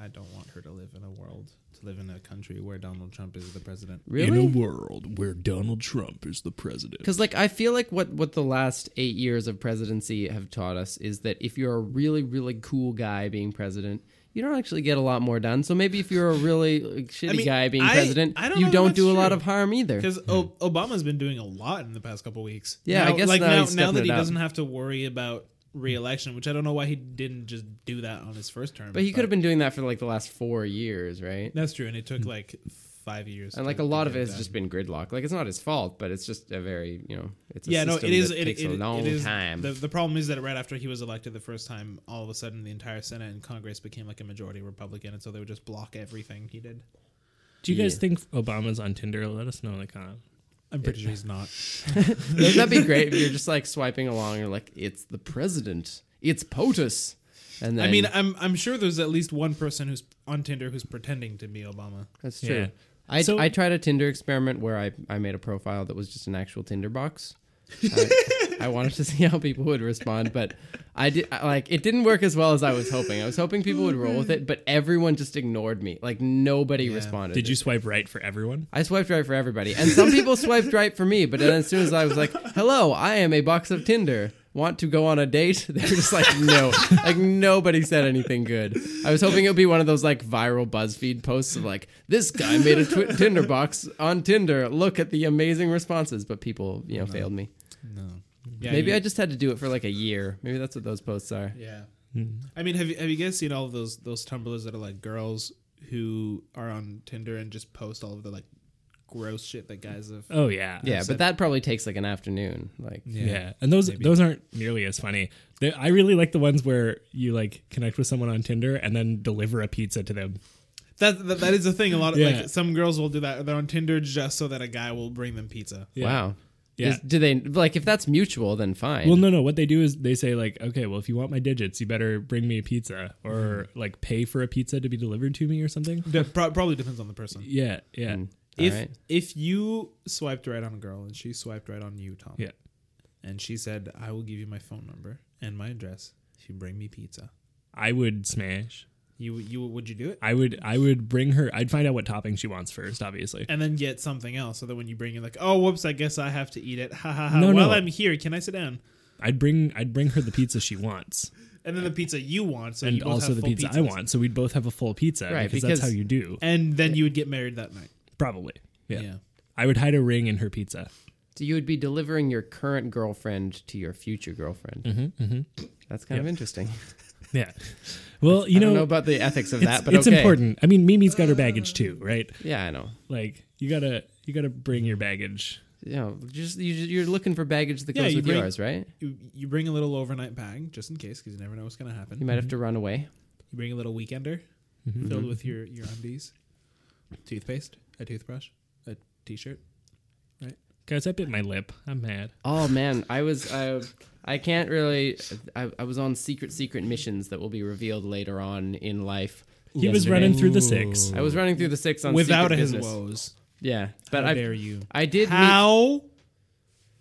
B: I, I don't want her to live in a world, to live in a country where Donald Trump is the president.
A: really?
C: world where Donald Trump is the president.
A: Because like I feel like what what the last eight years of presidency have taught us is that if you're a really really cool guy being president, you don't actually get a lot more done. So maybe if you're a really like, shitty
B: mean,
A: guy being
B: [laughs] I-
A: president,
B: I don't know
A: you
B: if
A: don't
B: that's
A: do a lot
B: true.
A: of harm either.
B: Because o- Obama's been doing a lot in the past couple weeks.
A: Yeah, I
B: Now-
A: guess
B: like
A: now
B: now,
A: he's
B: now
A: stepping
B: that he
A: it up.
B: doesn't have to worry about re-election, which I don't know why he didn't just do that on his first term.
A: But he could have been doing that for like the last four years, right?
B: That's true, and it took like five years.
A: And
B: to-
A: like a
B: to
A: lot of
B: get
A: it has
B: done.
A: just been gridlock. Like it's not his fault, but it's just a very you know it's a
B: yeah, no, it
A: system
B: is.
A: that
B: It,
A: takes
B: it-
A: a
B: it
A: long
B: is-
A: time.
B: The, [laughs] the problem is that right after he was elected the first time, all of a sudden the entire Senate and Congress became like a majority Republican, and so they would just block everything he did.
C: Do you guys think Obama's on Tinder? Let us know in the comment.
B: I'm pretty sure he's not.
A: [laughs] Wouldn't that be great if you're just like swiping along? You're like, it's the president, it's POTUS, and then
B: I mean, I'm I'm sure there's at least one person who's on Tinder who's pretending to be Obama.
A: That's
C: Yeah.
A: true. I,
C: So-
A: I tried a Tinder experiment where I, I made a profile that was just an actual Tinder
C: [laughs]
A: box. I, I wanted to see how people would respond, but I did I- like it didn't work as well as I was hoping. I was hoping people would roll with it, but everyone just ignored me. Like nobody responded.
C: Did you swipe right for everyone?
A: I swiped right for everybody, and some people swiped right for me. But then as soon as I was like, "Hello, I am a box of Tinder. Want to go on a date?" [laughs] They were just like, "No." Like nobody said anything good. I was hoping it would be one of those like viral BuzzFeed posts of like, "This guy made a tw- Tinder box on Tinder. Look at the amazing responses." But people,
C: Uh-huh.
A: you know, failed me.
B: No. Yeah,
A: Maybe
B: you-
A: I just had to do it for like a year. Maybe that's what those posts are.
B: Yeah. I mean, have you have you guys seen all of those those tumblers that are like girls who are on Tinder and just post all of the like gross shit that guys have?
C: Oh yeah.
A: Yeah, but that probably takes like an afternoon. Like,
C: Yeah. And those those aren't nearly as funny. they I really like the ones where you like connect with someone on Tinder and then deliver a pizza to them.
B: That, that, that is a thing. A lot of
C: Yeah.
B: like some girls will do that. They're on Tinder just so that a guy will bring them pizza.
C: Yeah.
A: Wow.
C: Yeah.
A: Is- do they like if that's mutual then fine.
C: Well, no, no. What they do is they say like, okay, well, if you want my digits, you better bring me a pizza or like pay for a pizza to be delivered to me or something.
B: That pro- probably depends on the person.
C: Yeah, yeah,
A: All
B: if
A: right.
B: if you swiped right on a girl and she swiped right on you, Tom,
C: yeah.
B: and she said, "I will give you my phone number and my address if you bring me pizza,"
C: I would smash.
B: you you would you do it?
C: I would. I would bring her. I'd find out what topping she wants first, obviously.
B: And then get something else, so that when you bring it, like, oh, whoops, I guess I have to eat it. Ha ha ha!
C: No,
B: While
C: no.
B: I'm here, can I sit down?
C: I'd bring. I'd bring her the pizza she wants,
B: And then the pizza you want, so you
C: and
B: both
C: also
B: have
C: the
B: full
C: pizza I
B: pizzas.
C: want. So we'd both have a full pizza,
A: Right,
C: Because,
A: because-
C: that's how you do,
B: And then you would get married that night.
C: probably. Yeah.
B: yeah.
C: I would hide a ring in her pizza.
A: So you would be delivering your current girlfriend to your future girlfriend. Mm-hmm, That's kind of interesting.
C: Yeah. Well, you
A: I
C: know,
A: don't know about the ethics of
C: it's,
A: that, but
C: it's
A: okay.
C: important. I mean, Mimi's got her baggage too, right?
A: Yeah, I know.
C: Like you gotta, you gotta bring your baggage.
A: You know, just you, you're looking for baggage that
B: Yeah,
A: goes
B: you
A: with
B: bring-
A: yours, right?
B: You, you bring a little overnight bag just in case, because you never know what's going to happen.
A: You might have to run away.
B: You bring a little weekender
C: Mm-hmm.
B: filled with your, your undies, toothpaste, a toothbrush, a t shirt.
C: Guys, I bit my lip. I'm mad.
A: Oh man, I was I, I can't really. I, I was on secret secret missions that will be revealed later on in life.
C: He was
A: yesterday.
C: running through the six.
A: I was running through the six on
B: Without
A: secret
B: his
A: business.
B: woes.
A: Yeah, but
B: How
A: I
B: dare you?
A: I did meet
B: How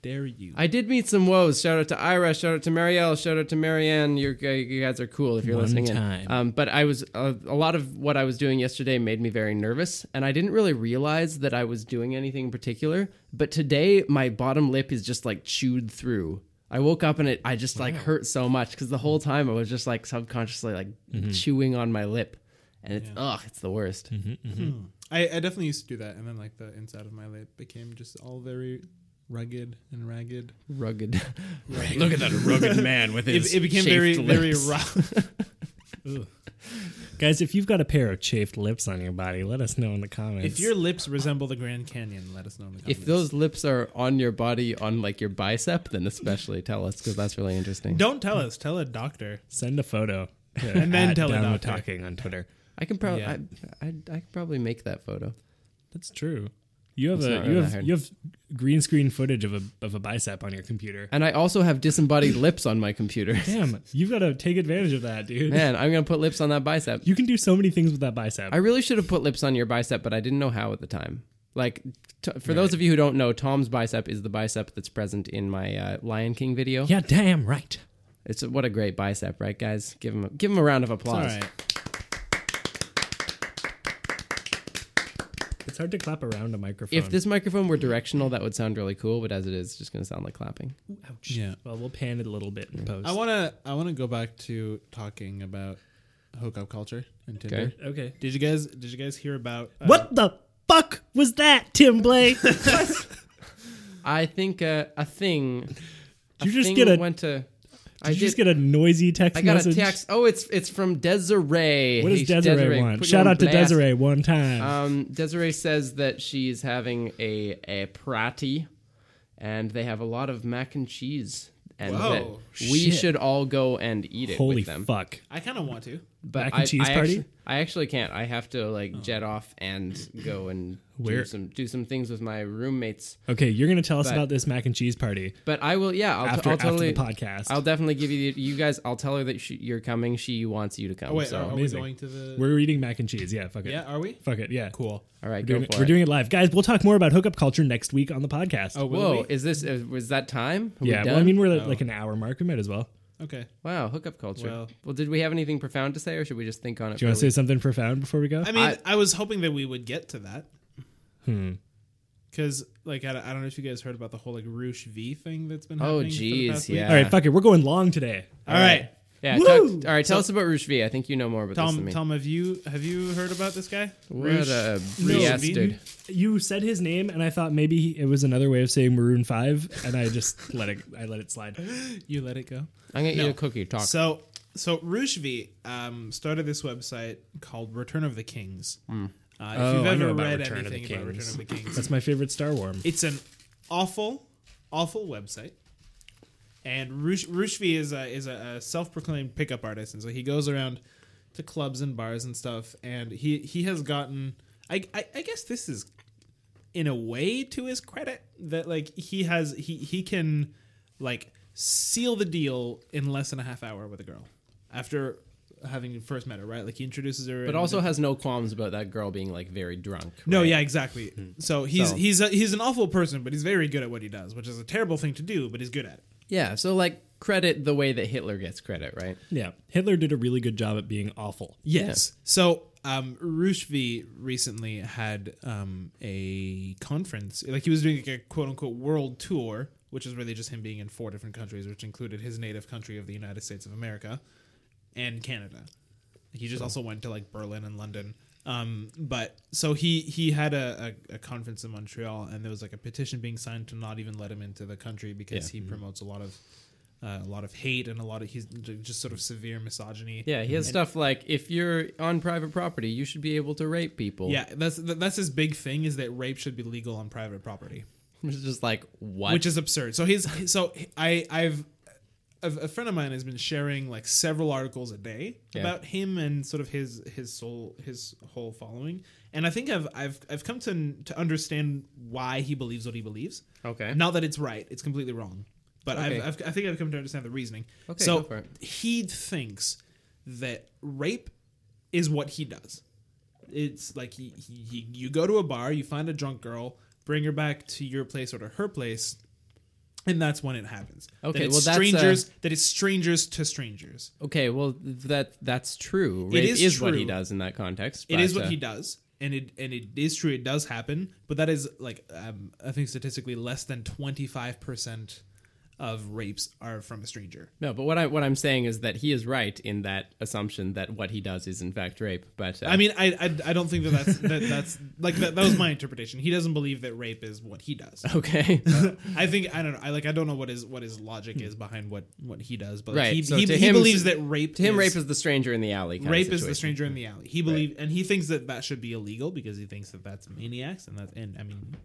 B: dare you?
A: I did meet some woes. Shout out to Ira. Shout out to Marielle. Shout out to Marianne. You're, uh, you guys are cool if you're
C: One
A: listening.
C: time.
A: In. Um, but I was uh, a lot of what I was doing yesterday made me very nervous, and I didn't really realize that I was doing anything in particular. But today, my bottom lip is just like chewed through. I woke up and it I just like hurt so much because the whole time I was just like subconsciously like chewing on my lip, and it's ugh, it's the worst.
B: Mm-hmm. I, I definitely used to do that, and then like the inside of my lip became just all very rugged and ragged.
A: Rugged. [laughs]
C: Look at that rugged man with
B: It, it became very
A: shaped
B: very
A: lips. [laughs]
B: rough.
C: Guys, if you've got a pair of chafed lips on your body, let us know in the comments.
B: If your lips resemble the Grand Canyon, let us know in the comments.
A: If those lips are on your body, on like your bicep, then especially tell us because that's really interesting.
B: don't tell us, tell a doctor.
C: send a photo, to
B: And then
C: at
B: tell a
C: Down with
B: doctor.
C: talking on Twitter.
A: I can probably
B: Yeah.
A: I, I, I can probably make that photo.
C: That's true. You have
A: It's not
C: a
A: really
C: you
A: that
C: have
A: hard.
C: you have green screen footage of a of a bicep on your computer.
A: And I also have disembodied lips on my
C: [laughs]
A: computer. [laughs]
C: Damn, you've got to take advantage of that, dude.
A: Man, I'm gonna put lips on that bicep.
C: You can do so many things with that bicep.
A: I really should have put lips on your bicep, but I didn't know how at the time. Like, t- for those of you who don't know, Tom's bicep is the bicep that's present in my uh, Lion King video.
C: yeah, damn right.
A: It's what a great bicep, right, guys? Give him a, give him a round of
B: It's all
A: applause.
B: right.
C: It's hard to clap around a microphone.
A: If this microphone were directional, that would sound really cool. But as it is, it's just gonna sound like clapping.
C: Ouch.
B: Yeah.
C: Well, we'll pan it a little bit in post.
B: I want to I want to go back to talking about hookup culture and Tinder.
A: Okay.
C: okay.
B: Did you guys did you guys hear about uh,
C: What the fuck was that, Tim Blake? [laughs] Did
A: I think uh, a thing.
C: you
A: a
C: just
A: thing
C: get a
A: went to. I
C: Did you just
A: did-
C: get a noisy text
A: I got
C: message?
A: a text. Oh, it's it's from Desiree.
C: What
A: Hey,
C: does Desiree, want?
A: put you
C: Shout
A: on
C: out to
A: blast.
C: Desiree one time.
A: Um, Desiree says that she's having a a prati, and they have a lot of mac and cheese, and
B: Whoa,
A: that we
C: shit.
A: should all go and eat it
C: Holy
A: with them.
C: fuck.
B: I kind of want to.
A: But
C: Mac and
A: I,
C: cheese
A: I
C: party?
A: Actually, I actually can't. I have to
B: Oh.
A: like jet off and go and do
C: Where-
A: some do some things with my roommates.
C: Okay, you're going to tell us
A: But-
C: about this mac and cheese party
A: But I will. Yeah, I'll, t-
C: after,
A: I'll totally.
C: after the podcast.
A: I'll definitely give you the, you guys. I'll tell her that she, you're coming. She wants you to come.
B: Oh wait,
A: so.
B: are, are we
C: amazing.
B: going to the
C: We're eating mac and cheese. Yeah, fuck it.
B: Yeah, are we?
C: Fuck it. Yeah.
B: Cool.
A: all right,
C: We're,
A: go
C: doing, it,
A: for
C: we're
A: it.
C: doing it live. Guys, we'll talk more about hookup culture next week on the podcast.
B: Oh, will
A: Whoa,
B: we?
A: is this is, was that time? Are we
C: yeah. Well,
A: done? Oh.
C: I mean, we're at like an hour mark. We might as well.
B: Okay.
A: wow, hookup culture. Well,
B: Well-
A: did we have anything profound to say, or should we just think on it?
C: Do you
A: for
C: want
A: a
C: to say
A: week?
C: something profound before we go?
B: I mean,
A: I-
B: I, was hoping that we would get to that.
C: Hmm.
B: Cuz like I, I don't know if you guys heard about the whole like Roosh V thing that's been
A: Oh,
B: happening. for the
A: jeez,
B: past week.
A: yeah.
C: All right, fuck it. We're going long today.
B: All right.
A: Yeah.
C: Woo!
A: Talk, all right. Tell us about Rouge V. I think you know more about this than
B: Tom
A: me.
B: Tom have you have you heard about this guy?
A: what
B: Roosh-
A: a
B: Roosh
A: BS,
B: V?
A: dude.
C: You said his name, and I thought maybe he- it was another way of saying Maroon Five, and I just let it. I let it slide.
B: You let it go.
A: I'm gonna eat
B: No.
A: a cookie. Talk.
B: So, so Rushvi um, started this website called Return of the Kings. Uh, if
C: Oh,
B: you've
C: I
B: ever
C: know about
B: read
C: Return of the
B: anything about Return
C: Kings.
B: of the Kings,
C: That's my favorite Star Wars.
B: it's an awful, awful website. And Rush- Rushvi is a, is a, a self proclaimed pickup artist, and so he goes around to clubs and bars and stuff, and he he has gotten. I I, I guess this is in a way to his credit that like he has he he can like seal the deal in less than a half hour with a girl after having first met her right like he introduces her
A: but
B: and-
A: also has no qualms about that girl being like very drunk.
B: no,
A: right? Hmm.
B: yeah, exactly. So he's
A: So-
B: he's a, he's an awful person, but he's very good at what he does, which is a terrible thing to do, but he's good at it.
A: yeah. So like credit the way that Hitler gets credit, right?
C: Yeah, Hitler did a really good job at being awful.
B: Yes. So um, Rushvi recently had um, a conference. Like he was doing like a quote unquote world tour, which is really just him being in four different countries, which included his native country of the United States of America and Canada. He just also went to like Berlin and London. Um, but so he he had a, a, a conference in Montreal, and there was like a petition being signed to not even let him into the country because
A: Yeah. Mm-hmm.
B: he promotes a lot of uh, a lot of hate and a lot of he's just sort of severe misogyny.
A: Yeah, he has stuff like if you're on private property, you should be able to rape people.
B: Yeah, that's th- that's his big thing is that rape should be legal on private property,
A: which is just like what?
B: which is absurd. So he's so I I've a, a friend of mine has been sharing like several articles a day
A: Yeah.
B: about him and sort of his his soul his whole following, and I think I've I've I've come to to understand why he believes what he believes.
A: okay.
B: Not that it's right; it's completely wrong. But
A: Okay.
B: I've, I've, I think I've come to understand the reasoning.
A: Okay,
B: so
A: go for it.
B: he thinks that rape is what he does. It's like he, he, he- you go to a bar, you find a drunk girl, bring her back to your place or to her place, and that's when it happens.
A: Okay,
B: that it's
A: well, that's, uh,
B: strangers. That it's strangers to strangers.
A: Okay, well that that's true. Rape
B: is
A: what he
B: true.
A: does in that context.
B: It is
A: but,
B: what
A: uh,
B: he does, and it and it is true. It does happen, but that is like um, I think statistically less than twenty five percent of rapes are from a stranger.
A: No, but what I what I'm saying is that he is right in that assumption that what he does is in fact rape. But uh,
B: I mean, I, I, I don't think that that's that, that's like that, that was my interpretation. He doesn't believe that rape is what he does.
A: [laughs] okay,
B: I think I don't know. I like I don't know what his what his logic is behind what what he does, but like,
A: Right,
B: he,
A: so
B: he,
A: to
B: he
A: him-
B: believes that
A: [laughs]
B: rape
A: to him,
B: is,
A: rape is the stranger in the alley. Kind
B: rape
A: of
B: is the
A: situation.
B: stranger in the alley. He believe and he thinks that that should be illegal because he thinks that that's maniacs and that's and I mean,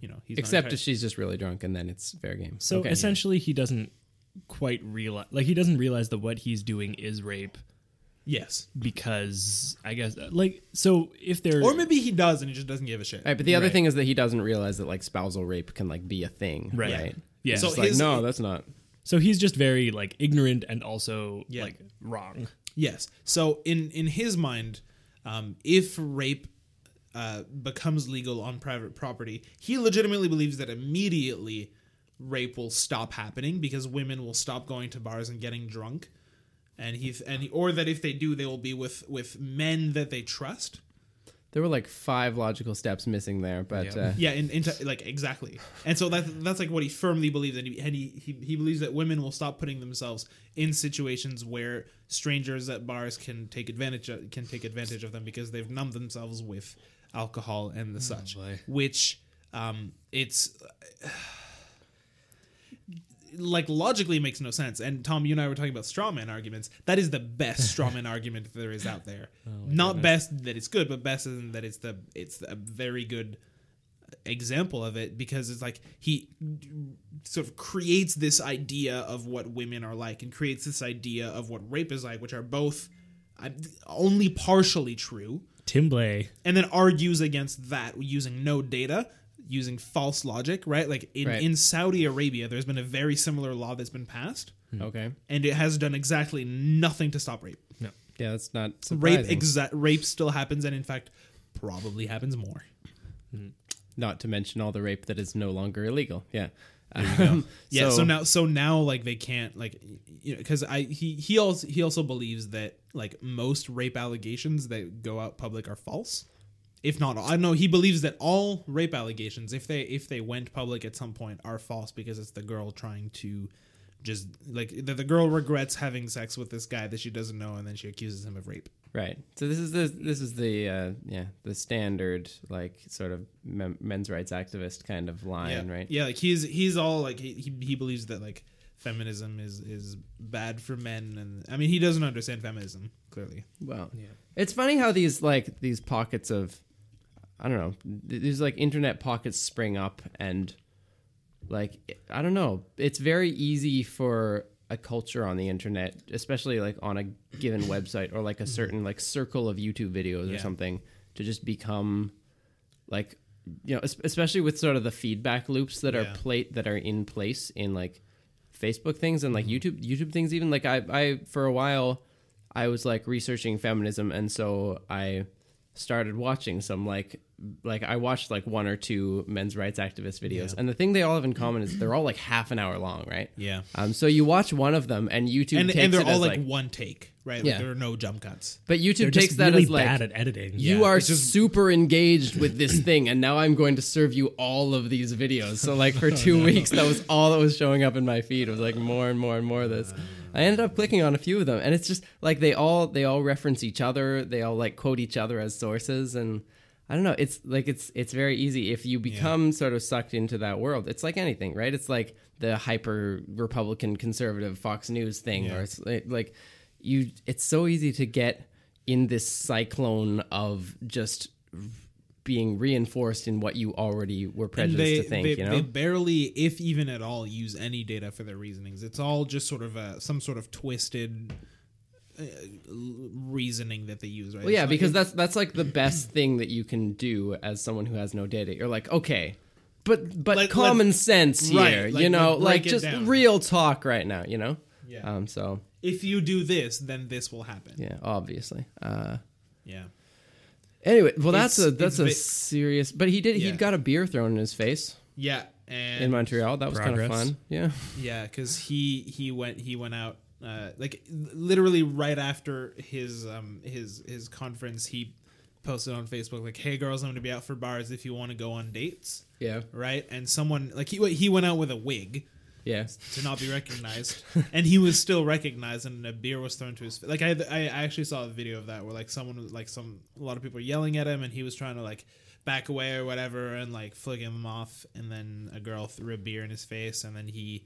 B: you know, he's
A: Hmm.
B: not
A: Except
B: entirely-
A: if she's just really drunk, and then it's fair game.
C: So
A: okay.
C: essentially, he doesn't quite realize, like, he doesn't realize that what he's doing is rape
B: yes,
C: because I guess, uh, like, so if there's
B: or maybe he does and he just doesn't give a shit.
A: All right, but the other
C: Right.
A: thing is that he doesn't realize that like spousal rape can like be a thing,
C: Right.
A: right?
C: Yeah.
A: It's
C: So
A: just like
B: his-
A: no, that's not.
C: so he's just very like ignorant and also
B: Yeah.
C: like wrong.
B: Yes. So in in his mind, um, if rape uh, becomes legal on private property, he legitimately believes that immediately rape will stop happening because women will stop going to bars and getting drunk, and he and he, or that if they do, they will be with with men that they trust.
A: There were like five logical steps missing there, but uh,
B: Yeah, in, into like exactly, and so that's that's like what he firmly believes, and he and he, he he believes that women will stop putting themselves in situations where strangers at bars can take advantage of, can take advantage of them because they've numbed themselves with alcohol and the such,
C: boy.
B: which um, it's [sighs] like logically makes no sense. And Tom, you and I were talking about strawman arguments. That is the best strawman argument there is out there. Not best that it's good, but best in that it's the it's a very good example of it because it's like he sort of creates this idea of what women are like and creates this idea of what rape is like, which are both uh, only partially true
C: Tim Blay.
B: and then argues against that using no data using false logic right like in,
A: Right.
B: in saudi arabia there's been a very similar law that's been passed
A: okay,
B: and it has done exactly nothing to stop rape
C: No.
A: yeah, that's not
B: rape
A: surprising.
B: exa- rape still happens and in fact probably happens more
A: not to mention all the rape that is no longer illegal. Yeah, [laughs] Um,
B: yeah so, now so now like they can't like you know because i he he also he also believes that like most rape allegations that go out public are false if not i know he believes that all rape allegations if they if they went public at some point are false because it's the girl trying to just like that the girl regrets having sex with this guy that she doesn't know and then she accuses him of rape
A: Right. So this is the this is the uh, yeah the standard like sort of mem- men's rights activist kind of line,
B: yeah.
A: right?
B: Yeah, like he's he's all like he, he he believes that like feminism is is bad for men, and I mean he doesn't understand feminism clearly.
A: Well, it's funny how these like these pockets of I don't know th- these like internet pockets spring up and like I don't know. It's very easy for a culture on the internet, especially like on a given website or like a certain like circle of YouTube videos
B: Mm-hmm. Yeah.
A: or something, to just become like you know, es- especially with sort of the feedback loops that
B: Yeah.
A: are plate that are in place in like Facebook things and like
B: Mm-hmm.
A: YouTube YouTube things even like I I for a while I was like researching feminism and so I started watching some like like I watched like one or two men's rights activist videos and the thing they all have in common is they're all like half an hour long right
B: Yeah.
A: um so you watch one of them and YouTube
B: and
A: takes
B: and they're
A: it
B: all
A: as,
B: like, one take, right? Like
A: Yeah.
B: there are no jump cuts.
A: but YouTube
C: They're
A: takes
C: just
A: that
C: really
A: as like
C: bad at editing.
A: you
C: Yeah.
A: are super engaged with this thing and now i'm going to serve you all of these videos so like for two weeks that was all that was showing up in my feed was like more and more and more of this i ended up clicking on a few of them and it's just like they all they all reference each other they all like quote each other as sources and i don't know it's like it's it's very easy if you become sort of sucked into that world it's like anything right it's like the hyper republican conservative fox news thing or it's like- like you it's so easy to get in this cyclone of just being reinforced in what you already were
B: And
A: prejudiced
B: they,
A: to think,
B: they,
A: you know?
B: they barely, if even at all, use any data for their reasonings. It's all just sort of a, some sort of twisted uh, reasoning that they use, right?
A: well, yeah, because that's that's like the best thing that you can do as someone who has no data. You're like, okay, but but
B: Let-
A: common
B: let's-
A: sense here,
B: right, like,
A: you know,
B: break
A: like
B: it
A: just
B: down.
A: real talk right now, you know?
B: Yeah.
A: Um. So
B: if you do this, then this will happen. Yeah.
A: yeah, obviously. Uh.
B: yeah.
A: Anyway, well, that's
B: It's-
A: a that's
B: it's
A: a
B: vi-
A: serious. But he did. He
B: Yeah.
A: got a beer thrown in his face
B: and
A: in Montreal. That was kind of
C: Progress.
A: fun. Yeah.
B: Yeah, because he he went he went out uh, like literally right after his um his his conference he posted on Facebook like hey girls I'm gonna be out for bars if you want to go on dates
A: Yeah.
B: right and someone like he he went out with a wig
A: Yeah.
B: to not be recognized and he was still recognized and a beer was thrown to his like I I actually saw a video of that where like someone was like some a lot of people were yelling at him and he was trying to like back away or whatever and like flick him off and then a girl threw a beer in his face and then he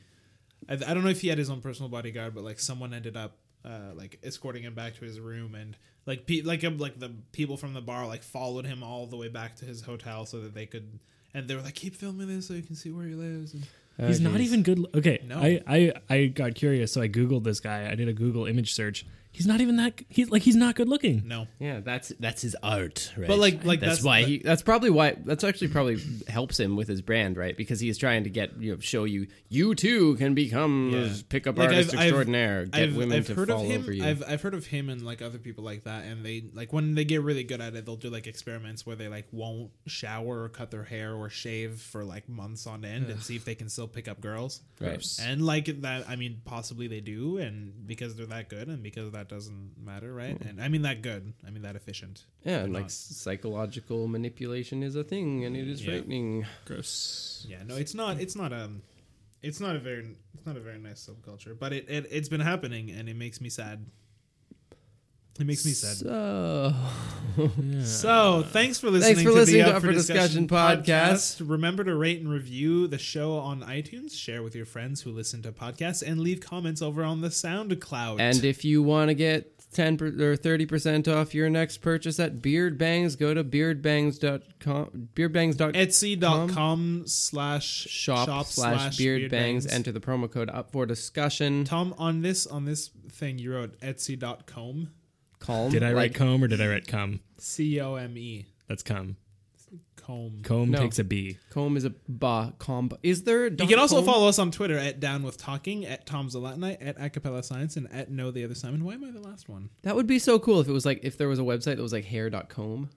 B: I, I don't know if he had his own personal bodyguard, but like someone ended up uh, like escorting him back to his room, and like pe- like um, like the people from the bar like followed him all the way back to his hotel so that they could, and they were like, keep filming this so you can see where he lives. And,
C: He's not even good. l- Okay,
B: No.
C: I, I I got curious, so I googled this guy. I did a Google image search. He's not even that. g- He's like he's not good looking.
B: no,
A: Yeah. That's
D: That's his art, right?
B: But, like- like,
D: that's,
B: that's-
D: why
B: that-
D: he.
A: That's probably why. That's actually probably helps him with his brand, right? Because he's trying to get you know, show you you too can become
B: Yeah.
A: this pickup
B: Like,
A: artist
B: I've- I've-
A: extraordinaire. get women to
B: heard
A: fall
B: of him.
A: over you.
B: I've I've heard of him and like other people like that, and they like when they get really good at it, they'll do like experiments where they like won't shower or cut their hair or shave for like months on end and see if they can still pick up girls.
A: Gross.
B: And like that, I mean, possibly they do, and because they're that good, and because that doesn't matter, right? And I mean that good, I mean that efficient.
A: yeah, and like psychological manipulation is a thing, and it is
B: Yeah.
A: frightening.
C: Gross.
B: Yeah, no, it's not. It's not um, it's not a very, it's not a very nice subculture, but it, it it's been happening, and it makes me sad. It makes me sad.
A: So
B: So, thanks for listening,
A: Thanks for listening
B: to
A: to
B: the Up for Discussion,
A: podcast.
B: podcast. Remember to rate and review the show on iTunes, share with your friends who listen to podcasts, and leave comments over on the SoundCloud.
A: And if you want to get 10 per, or 30% off your next purchase at Beard Bangs, go to beardbangs.com. Beardbangs.com.
B: Etsy.com slash
A: Shop, slash, beard, bangs. Enter the promo code up for discussion.
B: Tom, on this on this thing you wrote Etsy.com.
A: Calm.
C: Did I write
A: like,
C: comb or did I write cum?
B: C O M E.
C: That's cum.
B: Comb.
C: Comb
A: No.
C: takes a B.
A: comb is a ba comb. Is there? a
B: You
A: dot
B: can also
A: com?
B: follow us on Twitter at Down With Talking, at Tom's a Latinite, at Acapella Science, and at Know the Other Simon. Why am I the last one?
A: That would be so cool if it was like if there was a website that was like hair.com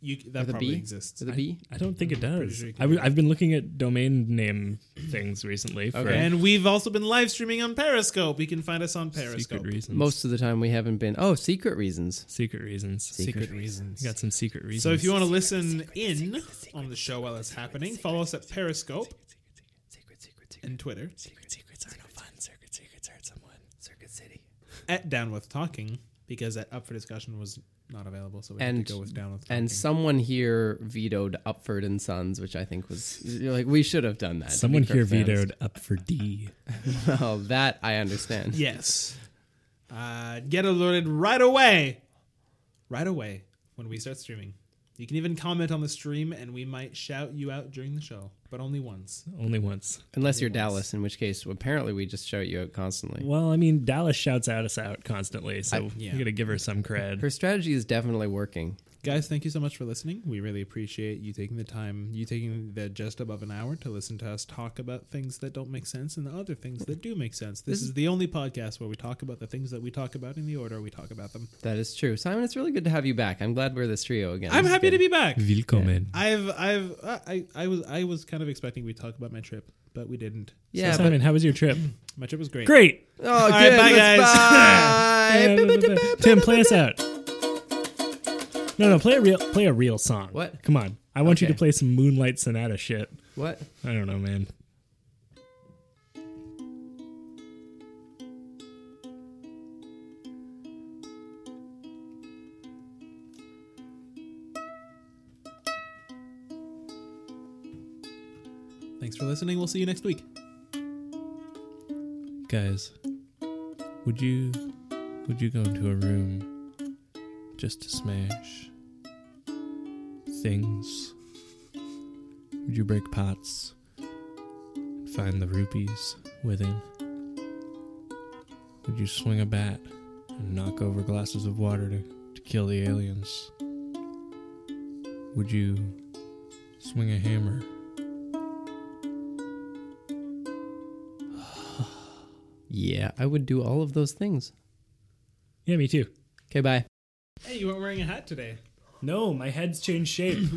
B: You, that
A: with a
B: probably
A: B.
B: exists.
A: With a B.
C: I don't think it does.
B: sure you
C: i w- I've been looking at domain name things recently for
A: Okay.
B: And we've also been live streaming on Periscope. You can find us on Periscope.
C: secret reasons.
A: Most of the time we haven't been. Oh, secret reasons.
C: secret reasons.
B: Secret reasons.
C: We got some secret reasons.
B: So if you want to listen in on the show while it's happening, follow us at Periscope
D: Secret, secret, secret,
B: and Twitter
D: secret, secrets are no fun. Secret, secrets hurt someone. Circuit City.
B: at Down With Talking because that Up for Discussion was not available, so we had
A: And-
B: to go with Down With Talking.
A: And someone here vetoed Upford and Sons, which I think was you're like we should have done that. to be
C: someone here
A: perfectly
C: vetoed up for D.
A: honest. [laughs] Oh, that I understand.
B: yes, uh, get alerted right away, right away when we start streaming. You can even comment on the stream, and we might shout you out during the show, but only once.
C: [laughs] Only once.
A: Unless you're Dallas, in which case apparently we just shout you out constantly.
C: Well, I mean, Dallas shouts at us out constantly, so we
B: yeah.
C: got to give her some cred.
A: Her strategy is definitely working.
B: Guys, thank you so much for listening. We really appreciate you taking the time, you taking the just above an hour to listen to us talk about things that don't make sense and the other things that do make sense. This is the only podcast where we talk about the things that we talk about in the order we talk about them.
A: That is true. Simon, it's really good to have you back. I'm glad we're this trio again.
B: I'm
A: It's
B: happy
A: good.
B: to be back.
C: Willkommen.
B: I've I've uh, I I was I was kind of expecting we would talk about my trip, but we didn't.
A: Yeah,
C: so Simon, how was your trip?
B: My trip was great.
C: Great. Uh,
A: but, oh, good.
B: right, bye,
A: let's
B: [laughs] guys.
A: bye. Bye, bye, bye, bye.
C: Tim, play us out. No, no, play a real, play a real song.
A: What?
C: Come on, I want you
A: Okay.
C: to play some Moonlight Sonata shit.
A: What?
C: I don't know, man.
B: Thanks for listening. We'll see you next week.
D: Guys, would you would you go into a room just to smash things? Would you break pots and find the rupees within? Would you swing a bat and knock over glasses of water to, to kill the aliens? Would you swing a hammer?
A: Yeah, I would do all of those things.
C: Yeah, me too.
A: Okay, bye.
B: Hey, you weren't wearing a hat today.
D: [clears throat]
C: No, my head's changed shape.